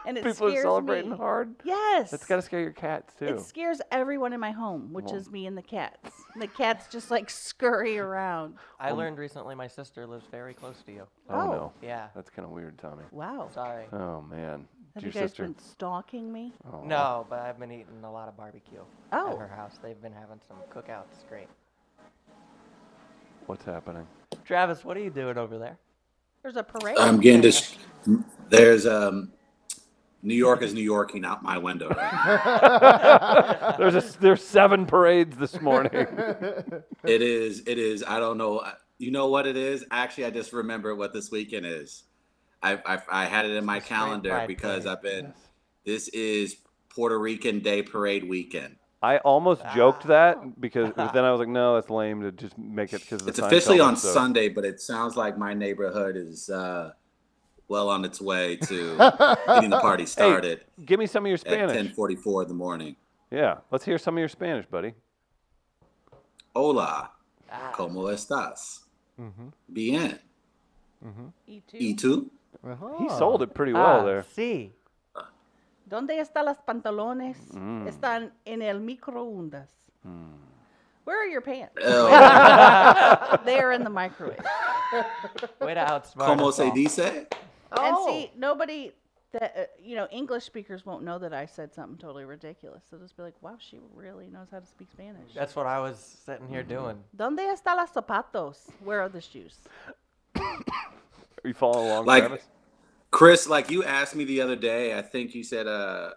Speaker 3: and it
Speaker 1: People are
Speaker 3: Uh, scares
Speaker 1: celebrating
Speaker 3: me.
Speaker 1: hard.
Speaker 3: Yes,
Speaker 1: That's gotta scare your cats too.
Speaker 3: it scares everyone in my home, which is me and the cats. The cats just like scurry around.
Speaker 4: I
Speaker 1: Um,
Speaker 4: learned recently my sister lives very close to you.
Speaker 1: oh,
Speaker 3: Oh.
Speaker 1: no,
Speaker 4: Yeah.
Speaker 1: that's kind of weird, Tommy.
Speaker 3: Wow,
Speaker 4: Sorry.
Speaker 1: Oh man,
Speaker 3: have
Speaker 1: your
Speaker 3: you guys
Speaker 1: sister. Oh.
Speaker 3: been stalking me?
Speaker 1: Aw.
Speaker 4: No, but I've been eating a lot of barbecue
Speaker 3: Oh.
Speaker 4: at her house. They've been having some cookouts. Great.
Speaker 1: What's happening?
Speaker 4: Travis, what are you doing over there?
Speaker 3: There's a parade.
Speaker 2: I'm getting this. There's um, New York is New Yorking out my window.
Speaker 1: There's a, there's seven parades this morning.
Speaker 2: It is. It is. I don't know. You know what it is? Actually, I just remember what this weekend is. I I, I had it in my calendar
Speaker 4: pride
Speaker 2: because
Speaker 4: parade.
Speaker 2: I've been. This is Puerto Rican Day Parade weekend.
Speaker 1: I almost joked that because but then I was like, no, that's lame to just make it because
Speaker 2: It's officially on Sunday, but it sounds like my neighborhood is uh, well on its way to getting the party started
Speaker 1: Give me some of your
Speaker 2: at
Speaker 1: Spanish.
Speaker 2: 10:44 in the morning.
Speaker 1: Yeah, let's hear some of your Spanish, buddy.
Speaker 2: Hola,
Speaker 4: Ah.
Speaker 2: cómo estás?
Speaker 5: Mm-hmm.
Speaker 2: Bien.
Speaker 3: E2.
Speaker 2: ¿Y tú?
Speaker 1: He sold it pretty
Speaker 2: Ah.
Speaker 1: well there.
Speaker 4: Ah, See.
Speaker 3: ¿Dónde están los pantalones?
Speaker 1: Mm.
Speaker 3: Están en el microondas.
Speaker 1: Hmm.
Speaker 3: Where are your pants?
Speaker 2: Eh, El,
Speaker 3: they are in the microwave.
Speaker 4: Way to outsmart
Speaker 2: ¿Cómo
Speaker 4: us
Speaker 2: se
Speaker 4: all.
Speaker 2: dice?
Speaker 3: And
Speaker 1: Oh.
Speaker 3: see, nobody that uh, you know, English speakers won't know that I said something totally ridiculous. They'll just be like, "Wow, she really knows how to speak Spanish."
Speaker 4: That's what I was sitting here
Speaker 1: Mm-hmm.
Speaker 4: doing.
Speaker 3: ¿Dónde están los zapatos? Where are the shoes?
Speaker 1: Are you following along,
Speaker 2: Like-
Speaker 1: Travis?
Speaker 2: Chris, like you asked me the other day, I think you said, uh,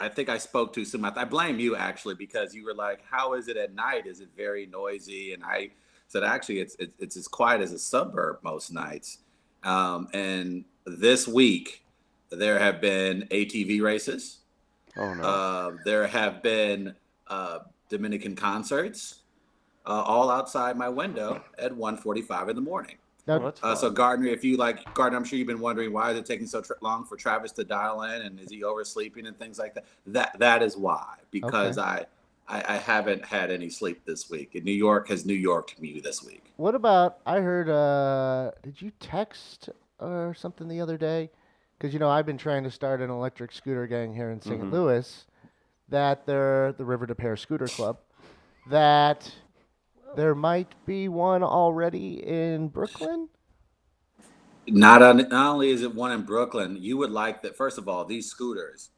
Speaker 2: I think I spoke too soon. I I blame you actually because you were like, "How is it at night? Is it very noisy?" And I said, "Actually, it's it's, it's as quiet as a suburb most nights." Um, and this week, there have been ATV races.
Speaker 1: Oh no.
Speaker 2: Uh, there have been uh, Dominican concerts, uh, all outside my window at 1:45 in the morning.
Speaker 5: Now,
Speaker 1: Well, that's
Speaker 2: Uh, so
Speaker 1: fun.
Speaker 2: Gardner, if you like Gardner, I'm sure you've been wondering why is it taking so tr- long for Travis to dial in, and is he oversleeping and things like that. That that is why, because I, I I haven't had any sleep this week. And New York has New Yorked me this week.
Speaker 5: What about I heard? Uh, did you text or something the other day? Because you know I've been trying to start an electric scooter gang here in
Speaker 1: Mm-hmm.
Speaker 5: saint Louis. That there, the River to Pear Scooter Club. That there might be one already in Brooklyn.
Speaker 2: Not on, not only is it one in Brooklyn, you would like that. First of all, these scooters,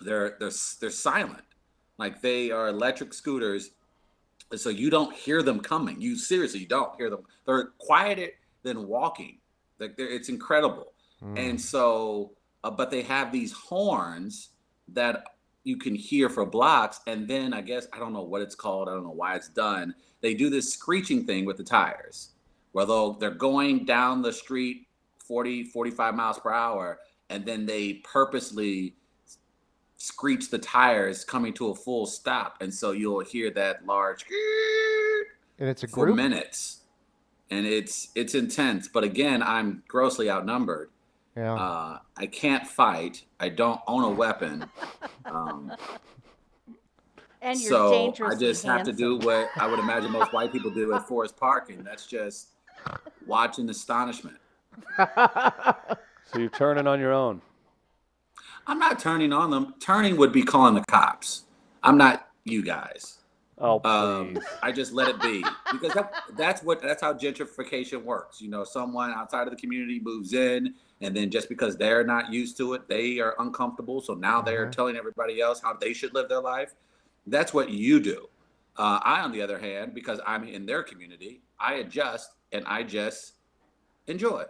Speaker 2: they're they're s- they're silent, like they are electric scooters, so you don't hear them coming. You seriously you don't hear them. They're quieter than walking. Like they're, it's incredible. And so, uh, but they have these horns that you can hear for blocks. And then I guess I don't know what it's called. I don't know why it's done. They do this screeching thing with the tires where they'll, they're going down the street 40, 45 miles per hour, and then they purposely screech the tires coming to a full stop. And so you'll hear that large
Speaker 5: And it's a
Speaker 2: for
Speaker 5: group.
Speaker 2: minutes. And it's it's intense, but again, I'm grossly outnumbered.
Speaker 5: Yeah.
Speaker 2: Uh, I can't fight. I don't own a weapon. Um,
Speaker 3: And you're
Speaker 2: so
Speaker 3: dangerous.
Speaker 2: I just have to do what I would imagine most white people do at Forest Park, and that's just watch in astonishment.
Speaker 1: so you're turning on your own.
Speaker 2: I'm not turning on them. Turning would be calling the cops. I'm not you guys.
Speaker 1: Oh, please.
Speaker 2: Um, I just let it be because that, that's what that's how gentrification works. You know, someone outside of the community moves in, and then just because they're not used to it, they are uncomfortable. So now they're
Speaker 1: Mm-hmm.
Speaker 5: Mhm.
Speaker 2: telling everybody else how they should live their life. That's what you do. Uh, I, on the other hand, because I'm in their community, I adjust and I just enjoy.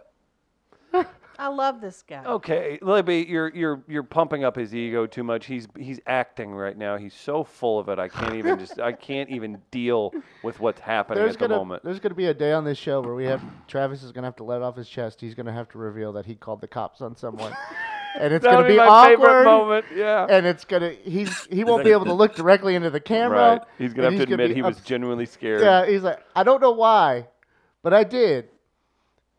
Speaker 3: I love this guy.
Speaker 1: Okay, Libby, you're you're you're pumping up his ego too much. He's he's acting right now. He's so full of it. I can't even just I can't even deal with what's happening
Speaker 5: There's
Speaker 1: at the
Speaker 5: gonna
Speaker 1: moment.
Speaker 5: there's gonna be a day on this show where we have Travis is gonna have to let off his chest. He's gonna have to reveal that he called the cops on someone, and it's
Speaker 1: That'll
Speaker 5: gonna be,
Speaker 1: my
Speaker 5: awkward.
Speaker 1: favorite moment. Yeah.
Speaker 5: And it's gonna he's he won't be able to look directly into the camera.
Speaker 1: Right. He's gonna
Speaker 5: and
Speaker 1: have to admit
Speaker 5: be
Speaker 1: he was
Speaker 5: ups-
Speaker 1: genuinely scared.
Speaker 5: Yeah, he's like, I don't know why, but I did,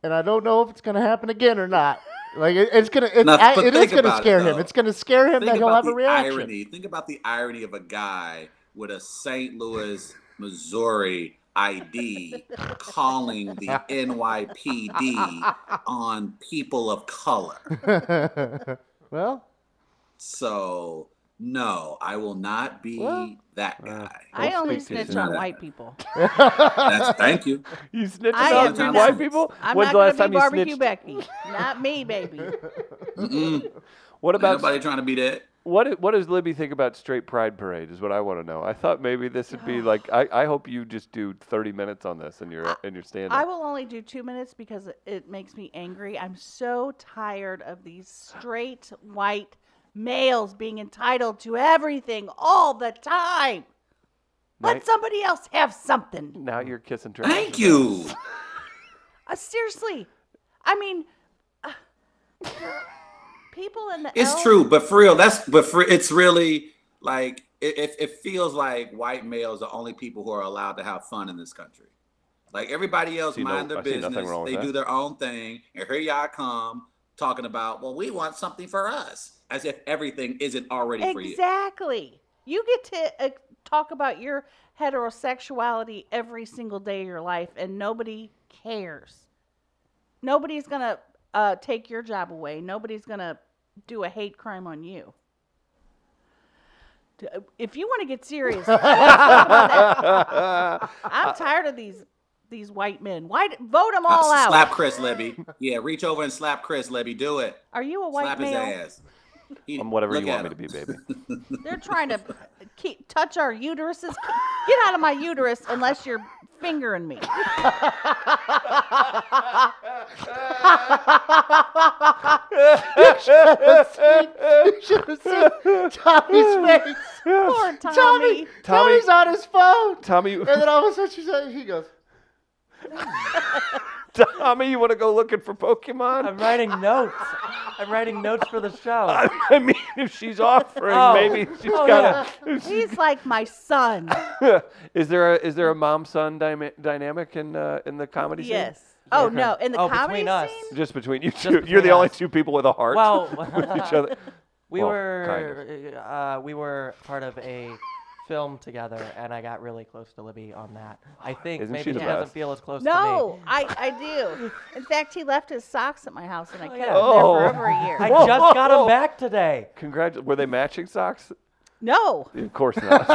Speaker 5: and I don't know if it's gonna happen again or not. Like it, it's gonna, it's,
Speaker 2: Now,
Speaker 5: I,
Speaker 2: but
Speaker 5: it is
Speaker 2: think
Speaker 5: gonna
Speaker 2: about it,
Speaker 5: scare him.
Speaker 2: though.
Speaker 5: It's gonna scare him that he'll have a reaction.
Speaker 2: irony. Think about the irony of a guy with a St. Louis, Missouri ID calling the NYPD on people of color.
Speaker 5: well,
Speaker 2: So no, I will not be
Speaker 5: Well,
Speaker 2: that
Speaker 1: uh,
Speaker 2: guy.
Speaker 3: I
Speaker 1: Don't
Speaker 3: only
Speaker 1: speak to
Speaker 3: snitch
Speaker 1: him.
Speaker 3: on white people.
Speaker 2: That's, thank you.
Speaker 1: You snitching
Speaker 3: I
Speaker 1: on
Speaker 3: am
Speaker 1: two
Speaker 3: not-
Speaker 1: white people?
Speaker 3: I'm
Speaker 1: When's
Speaker 3: not
Speaker 1: the last
Speaker 3: gonna
Speaker 1: time
Speaker 3: be
Speaker 1: you
Speaker 3: barbecue
Speaker 1: snitched?
Speaker 3: Becky. Not me, baby.
Speaker 2: Mm-mm.
Speaker 1: What
Speaker 2: Ain't
Speaker 1: about
Speaker 2: nobody trying to be that.
Speaker 1: What i- what does Libby think about straight pride parade? Is what I want to know. I thought maybe this would be like I, I hope you just do thirty minutes on this and you're and you're standing.
Speaker 3: I will only do two minutes because it, it makes me angry. I'm so tired of these straight white males being entitled to everything all the time.
Speaker 1: Right.
Speaker 3: Let somebody else have something.
Speaker 1: now you're kissing trash.
Speaker 2: Thank you.
Speaker 3: Uh, seriously, I mean, uh, people in the
Speaker 2: It's
Speaker 3: L-
Speaker 2: true, but for real, that's but for it's really like it, it, it feels like white males are only people who are allowed to have fun in this country. Like everybody else
Speaker 1: See no-
Speaker 2: mind
Speaker 1: I
Speaker 2: their
Speaker 1: see nothing
Speaker 2: business,
Speaker 1: wrong with
Speaker 2: they
Speaker 1: that.
Speaker 2: do their own thing, and here y'all come talking about, well, we want something for us, as if everything isn't already for you.
Speaker 3: Exactly. You get to uh, talk about your heterosexuality every single day of your life, and nobody cares. Nobody's going to uh, take your job away. Nobody's going to do a hate crime on you. D- uh, If you want to get serious, let's talk about that. I'm tired of these these white men. Why d- vote them all
Speaker 2: Uh,
Speaker 3: out?
Speaker 2: slap Chris Levy. Yeah, reach over and slap Chris Levy. Do it.
Speaker 3: Are you a white
Speaker 2: slap
Speaker 3: male?
Speaker 2: his ass. He-
Speaker 1: I'm whatever
Speaker 2: look
Speaker 1: you want
Speaker 2: at
Speaker 1: me to
Speaker 2: him.
Speaker 1: be, baby.
Speaker 3: They're trying to keep touch our uteruses. Get out of my uterus unless you're fingering me.
Speaker 5: you should have seen Tommy's face.
Speaker 3: Poor Tommy.
Speaker 5: Tommy, Tommy's on his phone.
Speaker 1: Tommy,
Speaker 5: And then all of a sudden she said, he goes,
Speaker 1: Tommy, you want to go looking for Pokemon?
Speaker 4: I'm writing notes. I'm writing notes for the show.
Speaker 1: I mean, if she's offering,
Speaker 4: Oh.
Speaker 1: maybe she's
Speaker 4: Oh,
Speaker 1: got
Speaker 3: He's like my son.
Speaker 1: to. is there a is there a mom son dyma- dynamic in uh, in the comedy scene?
Speaker 3: yes. Oh no, in the
Speaker 4: Oh,
Speaker 3: comedy
Speaker 4: between us.
Speaker 3: scene.
Speaker 1: Just between you two, you're
Speaker 4: between
Speaker 1: the only
Speaker 4: us.
Speaker 1: two people with a heart
Speaker 4: Well,
Speaker 1: with each other.
Speaker 4: we
Speaker 1: Well,
Speaker 4: were uh, we were part of a film together, and I got really close to Libby on that. I think
Speaker 1: Isn't she
Speaker 4: maybe
Speaker 1: the
Speaker 4: she doesn't
Speaker 1: best?
Speaker 4: feel as close to
Speaker 3: No,
Speaker 4: me.
Speaker 3: I, I do. In fact, he left his socks at my house, and I kept
Speaker 4: yeah.
Speaker 3: them there for
Speaker 1: Oh.
Speaker 3: over a year.
Speaker 4: I
Speaker 1: Whoa.
Speaker 4: just got him back today.
Speaker 1: Congrats. Were they matching socks?
Speaker 3: no,
Speaker 1: Of course not.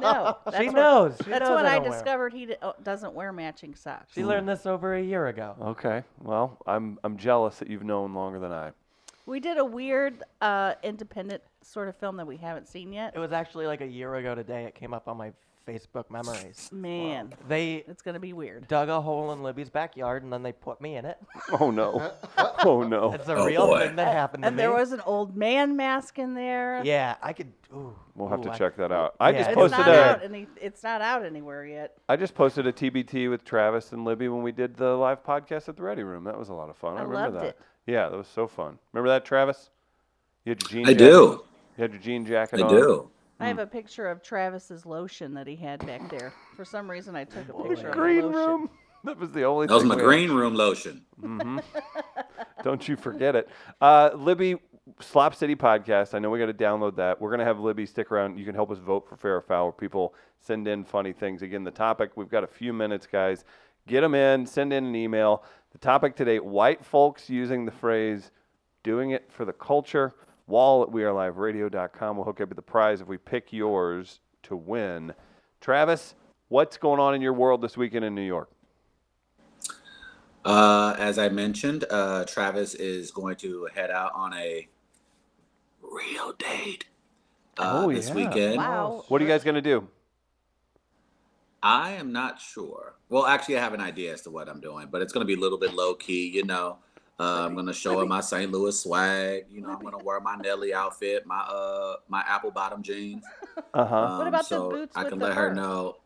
Speaker 3: no. That's
Speaker 4: She
Speaker 3: what-
Speaker 4: knows. She
Speaker 3: That's
Speaker 4: knows
Speaker 3: when
Speaker 4: I
Speaker 3: I,
Speaker 4: don't wear 'em.
Speaker 3: discovered he d- oh, doesn't wear matching socks.
Speaker 4: She learned this over a year ago.
Speaker 1: okay. Well, I'm I'm jealous that you've known longer than I.
Speaker 3: We did a weird uh, independent sort of film that we haven't seen yet.
Speaker 4: It was actually like a year ago today. It came up on my Facebook memories.
Speaker 3: Man,
Speaker 4: They
Speaker 3: it's gonna be weird.
Speaker 4: dug a hole in Libby's backyard, and then they put me in it.
Speaker 1: Oh no. Oh no.
Speaker 4: It's a
Speaker 2: Oh,
Speaker 4: real
Speaker 2: boy.
Speaker 4: thing that happened to
Speaker 3: And
Speaker 4: me.
Speaker 3: there was an old man mask in there.
Speaker 4: Yeah, I could. Ooh,
Speaker 1: We'll have
Speaker 4: ooh,
Speaker 1: to
Speaker 4: I-
Speaker 1: check that out. I
Speaker 4: Yeah,
Speaker 1: just
Speaker 4: it's
Speaker 3: It's
Speaker 1: posted
Speaker 3: not
Speaker 1: a.
Speaker 3: out, any, it's not out anywhere yet.
Speaker 1: I just posted a TBT with Travis and Libby when we did the live podcast at the Ready Room. That was a lot of fun. I,
Speaker 3: I
Speaker 1: remember
Speaker 3: loved
Speaker 1: that.
Speaker 3: it.
Speaker 1: Yeah, that was so fun. Remember that, Travis? You had your jean
Speaker 2: I
Speaker 1: jacket.
Speaker 2: do.
Speaker 1: You had your jean jacket
Speaker 2: I
Speaker 1: on.
Speaker 2: do.
Speaker 3: I have a picture of Travis's lotion that he had back there. For some reason, I took a
Speaker 1: The
Speaker 3: picture of the
Speaker 1: green
Speaker 3: lotion.
Speaker 1: room. That was the only
Speaker 2: That was
Speaker 1: thing.
Speaker 2: my
Speaker 1: we-
Speaker 2: green room lotion.
Speaker 1: Don't you forget it. Uh, Libby, Slop City Podcast. I know we got to download that. We're going to have Libby stick around. You can help us vote for Fair or Foul. People send in funny things. Again, the topic, we've got a few minutes, guys. Get them in, send in an email. The topic today white folks using the phrase doing it for the culture. Wall at weareliveradio.com. We'll hook up with the prize if we pick yours to win. Travis, what's going on in your world this weekend in New York?
Speaker 2: Uh, as I mentioned, uh, Travis is going to head out on a real date uh,
Speaker 1: Oh,
Speaker 2: this
Speaker 1: yeah.
Speaker 2: weekend.
Speaker 3: Wow.
Speaker 1: What are you guys going to do?
Speaker 2: I am not sure. Well, actually, I have an idea as to what I'm doing, but it's going to be a little bit low key, you know. Uh, I'm going to show him my St. Louis swag. You know, I'm going to wear my Nelly outfit, my uh, my apple bottom jeans.
Speaker 1: Uh huh.
Speaker 2: Um,
Speaker 3: What about the
Speaker 2: so
Speaker 3: boots
Speaker 2: I
Speaker 3: with
Speaker 2: can
Speaker 3: the
Speaker 2: let her
Speaker 3: fur?
Speaker 2: know.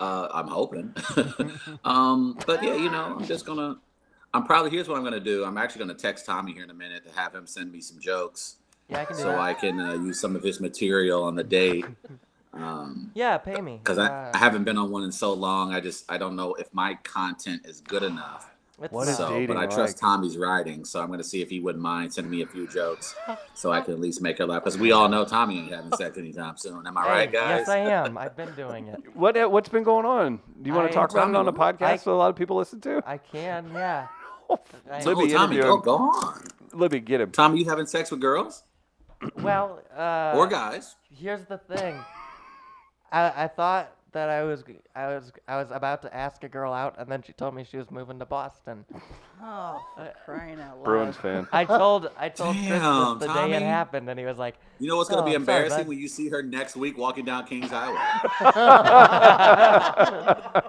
Speaker 2: Uh, I'm hoping. um, but yeah, you know, I'm just gonna. I'm probably here's what I'm gonna do. I'm actually gonna text Tommy here in a minute to have him send me some jokes
Speaker 4: Yeah, I can do
Speaker 2: so
Speaker 4: that.
Speaker 2: I can uh, use some of his material on the date. Um,
Speaker 4: yeah, pay me.
Speaker 2: because I,
Speaker 4: Uh,
Speaker 2: I haven't been on one in so long. I just I don't know if my content is good enough.
Speaker 4: it's
Speaker 1: What is
Speaker 4: not-
Speaker 2: so,
Speaker 1: dating
Speaker 2: but I
Speaker 1: like?
Speaker 2: trust Tommy's writing, so I'm gonna see if he wouldn't mind sending me a few jokes, so I can at least make her laugh. Because we all know Tommy ain't having sex anytime soon. Am I
Speaker 4: Hey,
Speaker 2: right, guys?
Speaker 4: Yes, I am. I've been doing it.
Speaker 1: What uh, what's been going on? Do you want
Speaker 4: I-
Speaker 1: to talk about it on a podcast
Speaker 4: I-
Speaker 1: that a lot of people listen to?
Speaker 4: I can, yeah. I-
Speaker 2: Oh,
Speaker 1: Libby,
Speaker 2: Tommy,
Speaker 1: interview
Speaker 2: go,
Speaker 1: him.
Speaker 2: go on.
Speaker 1: Libby, get him.
Speaker 2: Tommy, you having sex with girls
Speaker 4: well, uh,
Speaker 2: or guys?
Speaker 4: here's the thing. I, I thought that I was g- I was I was about to ask a girl out, and then she told me she was moving to Boston.
Speaker 3: Oh,
Speaker 4: Uh,
Speaker 3: for crying out loud.
Speaker 1: Bruins fan.
Speaker 4: I told I told
Speaker 2: Damn,
Speaker 4: Chris this the day it
Speaker 2: Tommy.
Speaker 4: happened, and he was like,
Speaker 2: You know what's gonna
Speaker 4: Oh,
Speaker 2: be
Speaker 4: I'm sorry,
Speaker 2: embarrassing
Speaker 4: bud.
Speaker 2: when you see her next week walking down Kings Highway.
Speaker 4: I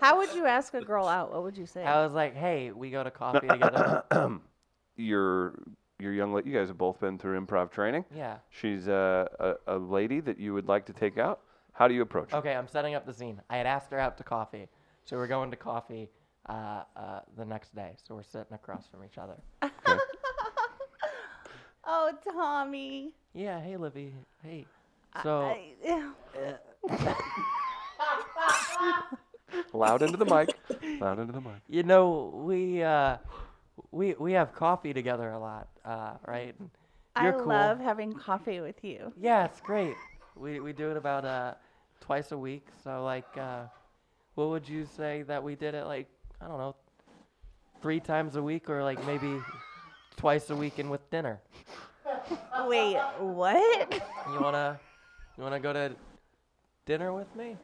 Speaker 3: How would you ask a girl out? What would you say?
Speaker 4: was like, hey, we go to coffee together.
Speaker 1: your your young la- you guys have both been through improv training.
Speaker 4: Yeah.
Speaker 1: She's uh, a, a, a lady that you would like to take out. How do you approach? her?
Speaker 4: Okay, I'm setting up the scene. I had asked her out to coffee, so we're going to coffee uh, uh, the next day. So we're sitting across from each other.
Speaker 3: oh, Tommy.
Speaker 4: Yeah, hey, Livy. Hey. So
Speaker 3: Uh, I- ew.
Speaker 1: Loud into the mic. Loud into the mic.
Speaker 4: you know we uh, we we have coffee together a lot, uh, right? And
Speaker 3: I
Speaker 4: You're cool.
Speaker 3: love having coffee with you.
Speaker 4: Yeah, it's great. We we do it about uh, twice a week. So like, uh, what would you say that we did it like? I don't know, three times a week, or like maybe twice a week and with dinner.
Speaker 3: Wait, what?
Speaker 4: You wanna you wanna go to dinner with me?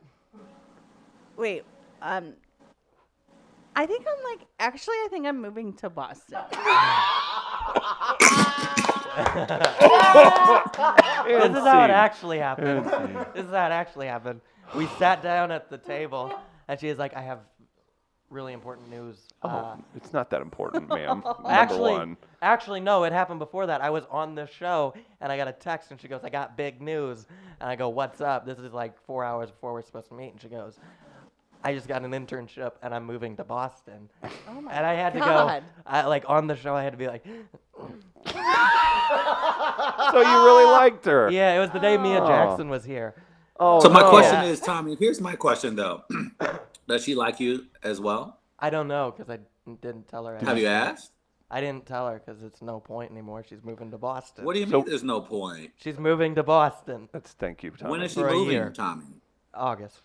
Speaker 3: Wait, um, I think I'm like, actually, I think I'm moving to Boston.
Speaker 4: This is how it
Speaker 1: scene.
Speaker 4: actually happened. This is how it actually happened. We sat down at the table, and she is like, "I have really important news." Uh,
Speaker 1: Oh, It's not that important, ma'am.
Speaker 2: Oh,
Speaker 1: Number
Speaker 4: actually,
Speaker 1: one.
Speaker 4: actually, no, it happened before that. I was on the show, and I got a text, and she goes, "I got big news," and I go, "What's up?" This is like four hours before we're supposed to meet, and she goes. I just got an internship and I'm moving to Boston.
Speaker 3: Oh my
Speaker 4: and I had to
Speaker 3: God.
Speaker 4: go, I, like on the show, I had to be like,
Speaker 1: So you
Speaker 2: uh,
Speaker 1: really liked her.
Speaker 4: Yeah, it was the day Mia
Speaker 1: Oh.
Speaker 4: Jackson was here.
Speaker 1: Oh,
Speaker 2: so my
Speaker 1: no.
Speaker 2: question
Speaker 4: Yeah.
Speaker 2: is, Tommy. Here's my question though. Does she like you as well?
Speaker 4: I don't know because I n- didn't tell her.
Speaker 2: Have you
Speaker 4: anything.
Speaker 2: asked?
Speaker 4: I didn't tell her because it's no point anymore. She's moving to Boston.
Speaker 2: What do you
Speaker 1: So-
Speaker 2: mean? There's no point.
Speaker 4: She's moving to Boston.
Speaker 1: That's thank you, Tom.
Speaker 2: When is she
Speaker 4: For a
Speaker 2: moving,
Speaker 4: year.
Speaker 2: Tommy?
Speaker 4: August.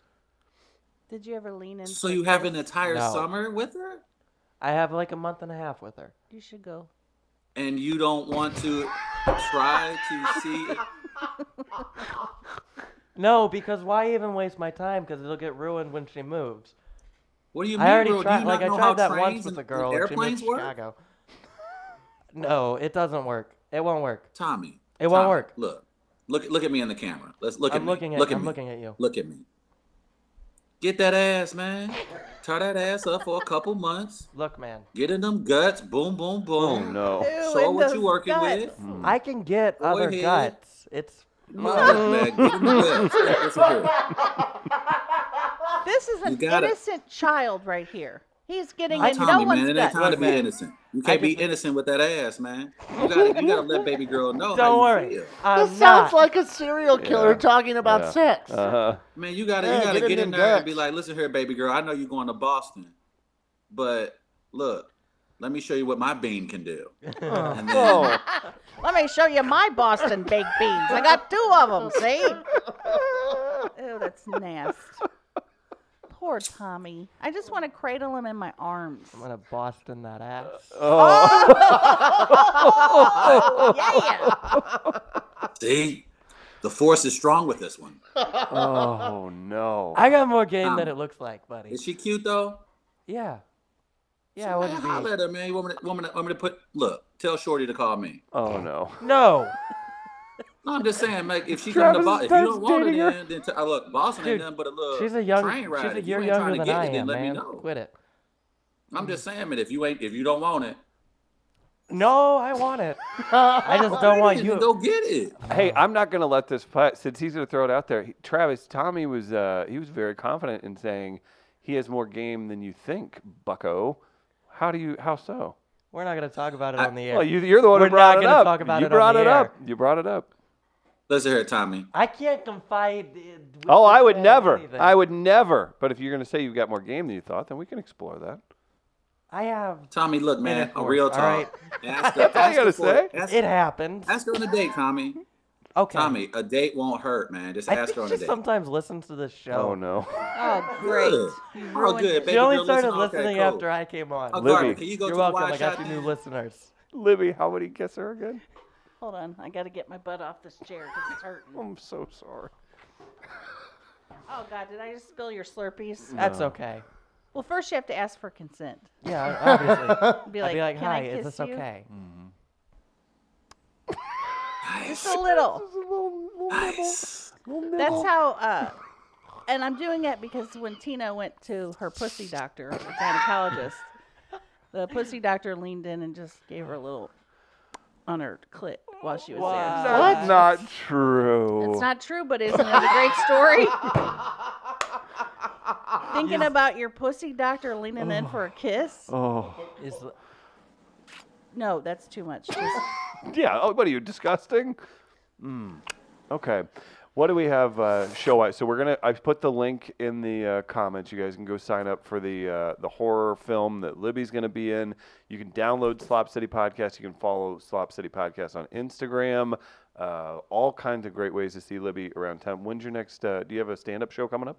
Speaker 3: Did you ever lean in?
Speaker 2: So you have an entire
Speaker 4: No.
Speaker 2: summer with her,
Speaker 4: I have like a month and a half with her.
Speaker 3: You should go.
Speaker 2: and you don't want to try to see.
Speaker 4: No, because why even waste my time? Because it'll get ruined when she moves.
Speaker 2: What do you mean?
Speaker 4: I already
Speaker 2: bro? Do
Speaker 4: tried.
Speaker 2: you
Speaker 4: Like
Speaker 2: not
Speaker 4: I
Speaker 2: know how
Speaker 4: tried that
Speaker 2: trains
Speaker 4: once with
Speaker 2: and-
Speaker 4: a
Speaker 2: and
Speaker 4: girl. and she moved
Speaker 2: Airplanes
Speaker 4: to
Speaker 2: work,
Speaker 4: Chicago. No, it doesn't work. It won't work.
Speaker 2: Tommy.
Speaker 4: It won't
Speaker 2: Tommy,
Speaker 4: work.
Speaker 2: Look, look, look at me in the camera. Let's look at
Speaker 4: I'm
Speaker 2: me.
Speaker 4: looking at.
Speaker 2: look at
Speaker 4: I'm
Speaker 2: me.
Speaker 4: looking at you.
Speaker 2: Look at me. Get that ass, man. Tie that ass up for a couple months.
Speaker 4: Look, man.
Speaker 2: Get in them guts. Boom, boom,
Speaker 1: Oh
Speaker 2: boom.
Speaker 1: no.
Speaker 2: Show what you working with.
Speaker 4: I can get
Speaker 2: Hmm. Go
Speaker 4: other
Speaker 2: ahead.
Speaker 4: guts. It's
Speaker 2: Look, man, get in the guts. That's what it is.
Speaker 3: This is an
Speaker 2: gotta-
Speaker 3: innocent child right here. He's getting
Speaker 2: I'm
Speaker 3: in
Speaker 2: Tommy,
Speaker 3: no
Speaker 2: man.
Speaker 3: one's
Speaker 2: It ain't
Speaker 3: guts.
Speaker 2: time to be
Speaker 4: Look, man.
Speaker 2: innocent. You can't be
Speaker 4: just-
Speaker 2: innocent with that ass, man. You gotta, you gotta let baby girl know. how
Speaker 4: Don't
Speaker 2: you
Speaker 4: worry.
Speaker 2: Oh, feel.
Speaker 4: I'm
Speaker 5: this sounds
Speaker 4: not.
Speaker 5: like a serial killer
Speaker 1: Yeah.
Speaker 5: talking about
Speaker 1: Yeah.
Speaker 5: sex.
Speaker 1: Uh-huh.
Speaker 2: Man, you gotta
Speaker 5: Yeah,
Speaker 2: you gotta
Speaker 5: get
Speaker 2: get,
Speaker 5: in
Speaker 2: in
Speaker 5: them
Speaker 2: there and be
Speaker 5: ducks.
Speaker 2: like, listen here, baby girl, I know you're going to Boston, but look, let me show you what my bean can do. And then-
Speaker 1: Oh,
Speaker 3: Let me show you my Boston baked beans. I got two of them, see? oh, that's nasty. Poor Tommy. I just want to cradle him in my arms.
Speaker 4: I'm gonna Boston that ass.
Speaker 2: Uh,
Speaker 3: Yeah.
Speaker 2: See? The force is strong with this one.
Speaker 1: Oh no.
Speaker 4: I got more game than
Speaker 2: Um,
Speaker 4: it looks like, buddy.
Speaker 2: Is she cute though?
Speaker 4: Yeah. Yeah,
Speaker 2: Man,
Speaker 4: I wouldn't
Speaker 2: holler
Speaker 4: be.
Speaker 2: at her, man. You want me, to, want, me to, want me to put? Look, tell Shorty to call me.
Speaker 1: Oh no.
Speaker 4: No.
Speaker 2: No, I'm just saying, like, if she come to
Speaker 4: Travis
Speaker 2: Boston, if you
Speaker 4: Scott's
Speaker 2: don't want her,
Speaker 4: dating her.
Speaker 2: then, then t- uh, look, Boston
Speaker 4: Dude,
Speaker 2: ain't nothing but a little
Speaker 4: She's a young.
Speaker 2: train ride.
Speaker 4: She's a
Speaker 2: If
Speaker 4: year
Speaker 2: you ain't trying to
Speaker 4: younger than
Speaker 2: get
Speaker 4: I
Speaker 2: it, then
Speaker 4: am,
Speaker 2: let
Speaker 4: man.
Speaker 2: me know.
Speaker 4: Quit it.
Speaker 2: I'm just saying, man, if you ain't, if you don't want it,
Speaker 4: No, I want it. I just don't want
Speaker 2: then
Speaker 4: you.
Speaker 2: go get it.
Speaker 1: Hey, I'm not going to let this pa- since he's going to throw it out there. he- Travis Tommy was uh, he was very confident in saying he has more game than you think, Bucko. How do you? How so?
Speaker 4: We're not gonna talk about it
Speaker 2: I-
Speaker 4: on the air.
Speaker 1: Well, you, you're the one
Speaker 4: We're
Speaker 1: who brought it
Speaker 4: not gonna
Speaker 1: up.
Speaker 4: talk about
Speaker 1: you
Speaker 4: it on
Speaker 1: brought
Speaker 4: the
Speaker 1: it
Speaker 4: air.
Speaker 1: up. You brought it up.
Speaker 2: Listen here, Tommy.
Speaker 4: I can't confide. uh, with
Speaker 1: Oh,
Speaker 4: this
Speaker 1: I would
Speaker 4: man
Speaker 1: never.
Speaker 4: anything.
Speaker 1: I would never. But if you're going to say you've got more game than you thought, then we can explore that.
Speaker 4: I have.
Speaker 2: Tommy, look, man, a
Speaker 4: Intercourse,
Speaker 2: real
Speaker 4: all
Speaker 2: talk.
Speaker 4: right.
Speaker 2: Ask her,
Speaker 1: That's all you
Speaker 2: ask
Speaker 1: gotta
Speaker 2: her for it.
Speaker 1: say.
Speaker 2: Ask,
Speaker 4: It happens.
Speaker 2: ask her on a date, Tommy.
Speaker 4: Okay.
Speaker 2: Tommy, a date won't hurt, man. Just
Speaker 4: I
Speaker 2: ask her
Speaker 4: think
Speaker 2: on a
Speaker 4: she
Speaker 2: date.
Speaker 4: sometimes listens to this
Speaker 1: Oh,
Speaker 4: show.
Speaker 1: no.
Speaker 3: Oh, great.
Speaker 2: Good.
Speaker 3: You
Speaker 2: Oh,
Speaker 3: ruined
Speaker 2: good,
Speaker 3: it.
Speaker 2: baby.
Speaker 4: She only
Speaker 2: girl,
Speaker 4: started
Speaker 2: listen. Okay,
Speaker 4: listening
Speaker 2: cool.
Speaker 4: after I came on.
Speaker 2: Oh,
Speaker 1: Libby.
Speaker 2: Gardner, can you go
Speaker 4: You're
Speaker 2: to
Speaker 4: welcome.
Speaker 2: the wide
Speaker 4: I got
Speaker 2: shot
Speaker 4: you new
Speaker 2: then?
Speaker 4: listeners.
Speaker 1: Libby, how would he kiss her again?
Speaker 3: Hold on. I got to get my butt off this chair because it's hurting.
Speaker 1: I'm so sorry.
Speaker 3: Oh, God. Did I just spill your Slurpees?
Speaker 4: That's okay.
Speaker 3: Well, first you have to ask for consent.
Speaker 4: Yeah, obviously.
Speaker 3: Be
Speaker 4: I'd
Speaker 3: like,
Speaker 4: be like,
Speaker 3: Can
Speaker 4: "Hi,
Speaker 3: I kiss
Speaker 4: is this
Speaker 3: you?"
Speaker 4: okay?"
Speaker 3: Just a little.
Speaker 2: Nice.
Speaker 3: That's how. Uh, and I'm doing it because when Tina went to her pussy doctor, the gynecologist, the pussy doctor leaned in and just gave her a little on her clit while she was there. So
Speaker 1: That's not true.
Speaker 3: It's not true, but isn't it a great story? Thinking about your pussy doctor leaning in for a kiss?
Speaker 1: Oh.
Speaker 4: Is
Speaker 3: No, that's too much. Just-
Speaker 1: Yeah. Oh, what are you disgusting? Mm. Okay. What do we have uh, show wise? So we're gonna. I put the link in the uh, comments. You guys can go sign up for the uh, the horror film that Libby's gonna be in. You can download Slop City Podcast. You can follow Slop City Podcast on Instagram. Uh, all kinds of great ways to see Libby around town. When's your next? Uh, do you have a stand up show coming up?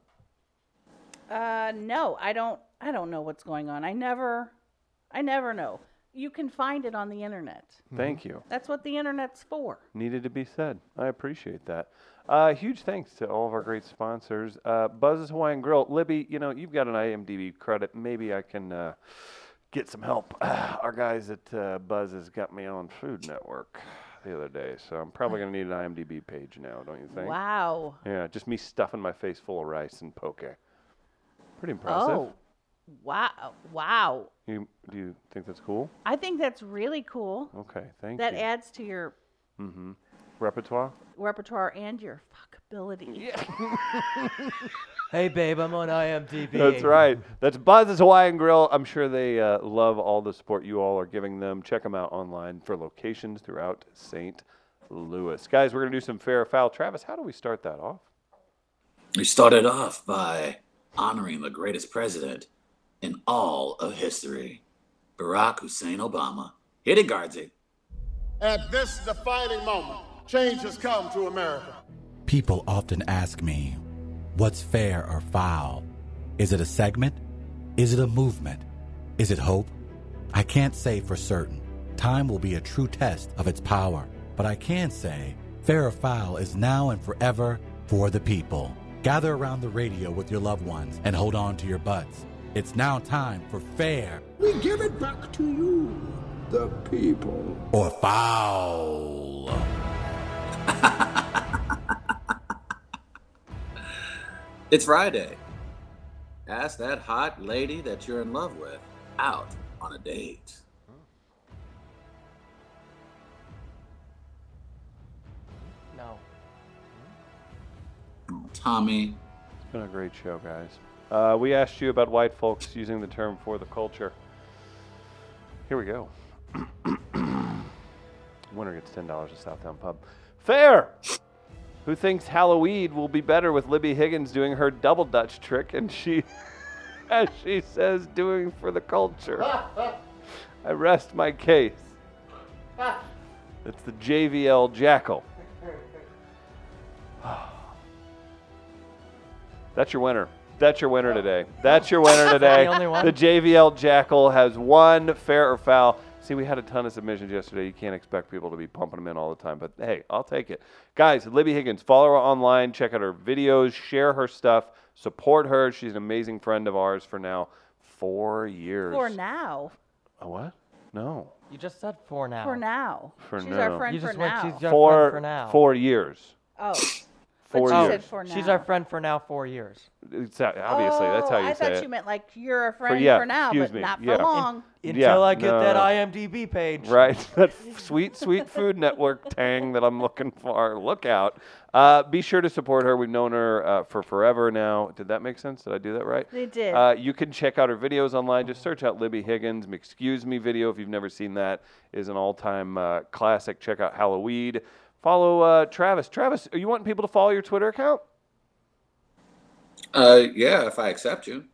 Speaker 3: Uh, no, I don't. I don't know what's going on. I never, I never know. You can find it on the internet.
Speaker 1: Thank you.
Speaker 3: That's what the internet's for.
Speaker 1: needed to be said. I appreciate that. Uh, huge thanks to all of our great sponsors. Uh, Buzz's Hawaiian Grill. Libby, you know, you've got an IMDb credit. Maybe I can uh, get some help. our guys at uh, Buzz's got me on Food Network the other day, so I'm probably going to need an IMDb page now, don't you think?
Speaker 3: Wow.
Speaker 1: Yeah, just me stuffing my face full of rice and poke. Pretty impressive.
Speaker 3: Oh, wow, wow.
Speaker 1: You, do you think that's cool?
Speaker 3: I think that's really cool.
Speaker 1: Okay, thank
Speaker 3: That
Speaker 1: you.
Speaker 3: adds to your
Speaker 1: Repertoire?
Speaker 3: repertoire and your fuckability.
Speaker 4: hey, babe, I'm on IMDb.
Speaker 1: That's right. That's Buzz's Hawaiian Grill. I'm sure they uh, love all the support you all are giving them. Check them out online for locations throughout St. Louis. Guys, we're going to do some fair or foul. Travis, how do we start that off?
Speaker 2: We started off by honoring the greatest president in all of history, Barack Hussein Obama. Hit it, Guardsy.
Speaker 7: At this defining moment, change has come to America.
Speaker 8: People often ask me, what's fair or foul? Is it a segment? Is it a movement? Is it hope? I can't say for certain. Time will be a true test of its power. But I can say, fair or foul is now and forever for the people. Gather around the radio with your loved ones and hold on to your butts. It's now time for fair
Speaker 9: We give it back to you, the people.
Speaker 8: or foul.
Speaker 2: It's Friday. Ask that hot lady that you're in love with out on a date.
Speaker 4: No.
Speaker 2: Tommy,
Speaker 1: It's been a great show, guys. Uh, we asked you about white folks using the term for the culture. Here we go. Winner gets ten dollars at Southtown Pub. Fair. Who thinks Halloween will be better with Libby Higgins doing her double Dutch trick and she, as she says, doing for the culture? I rest my case. It's the JVL Jackal. That's your winner. That's your winner today. That's your winner today.
Speaker 4: the only one?
Speaker 1: JVL Jackal has one fair or foul. See, we had a ton of submissions yesterday. You can't expect people to be pumping them in all the time, but hey, I'll take it. Guys, Libby Higgins, follow her online, check out her videos, share her stuff, support her. She's an amazing friend of ours for now four years.
Speaker 3: For now.
Speaker 1: A what? No.
Speaker 4: You just said for now.
Speaker 3: For now.
Speaker 1: For
Speaker 3: she's
Speaker 1: now.
Speaker 3: our friend
Speaker 4: You
Speaker 3: for
Speaker 4: just went.
Speaker 3: now.
Speaker 4: She's our
Speaker 1: Four,
Speaker 4: friend for now.
Speaker 1: four years.
Speaker 3: oh.
Speaker 1: Four
Speaker 3: but she
Speaker 1: years.
Speaker 3: said for now.
Speaker 4: Oh. She's our friend for now. Four years.
Speaker 1: It's, obviously, that's how
Speaker 3: Oh,
Speaker 1: you
Speaker 3: I
Speaker 1: say
Speaker 3: thought
Speaker 1: it.
Speaker 3: you meant like you're a friend for,
Speaker 1: yeah,
Speaker 3: now,
Speaker 1: excuse
Speaker 3: but
Speaker 1: me,
Speaker 3: not for
Speaker 1: yeah. In-
Speaker 3: long.
Speaker 4: Until
Speaker 1: Yeah,
Speaker 4: I get
Speaker 1: no,
Speaker 4: that
Speaker 1: no.
Speaker 4: IMDb page.
Speaker 1: Right, that sweet, sweet Food Network tang that I'm looking for. Look out! Uh, be sure to support her. We've known her uh, for forever now. Did that make sense? Did I do that right?
Speaker 3: They did.
Speaker 1: Uh, you can check out her videos online. Just search out Libby Higgins. Excuse me video if you've never seen that is an all-time uh, classic. Check out Halloween. Follow uh, Travis. Travis, are you wanting people to follow your Twitter account?
Speaker 2: Uh, yeah, if I accept you.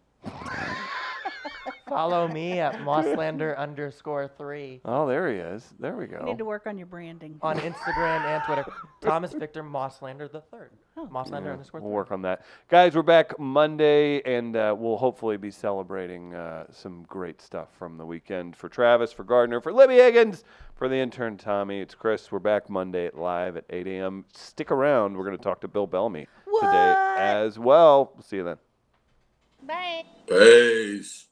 Speaker 4: Follow me at Mosslander underscore three
Speaker 1: Oh, there he is. There we
Speaker 3: You need to
Speaker 1: go.
Speaker 3: work on your branding.
Speaker 4: on Instagram and Twitter. Thomas Victor Mosslander the third. Mosslander underscore
Speaker 1: We'll
Speaker 4: three.
Speaker 1: work on that, guys. We're back Monday, and uh, we'll hopefully be celebrating uh, some great stuff from the weekend for Travis, for Gardner, for Libby Higgins, for the intern Tommy. It's Chris. We're back Monday live at 8 a.m. Stick around. We're going to talk to Bill Bellamy
Speaker 3: What?
Speaker 1: today as well. We'll see you then.
Speaker 6: Bye.
Speaker 2: Peace.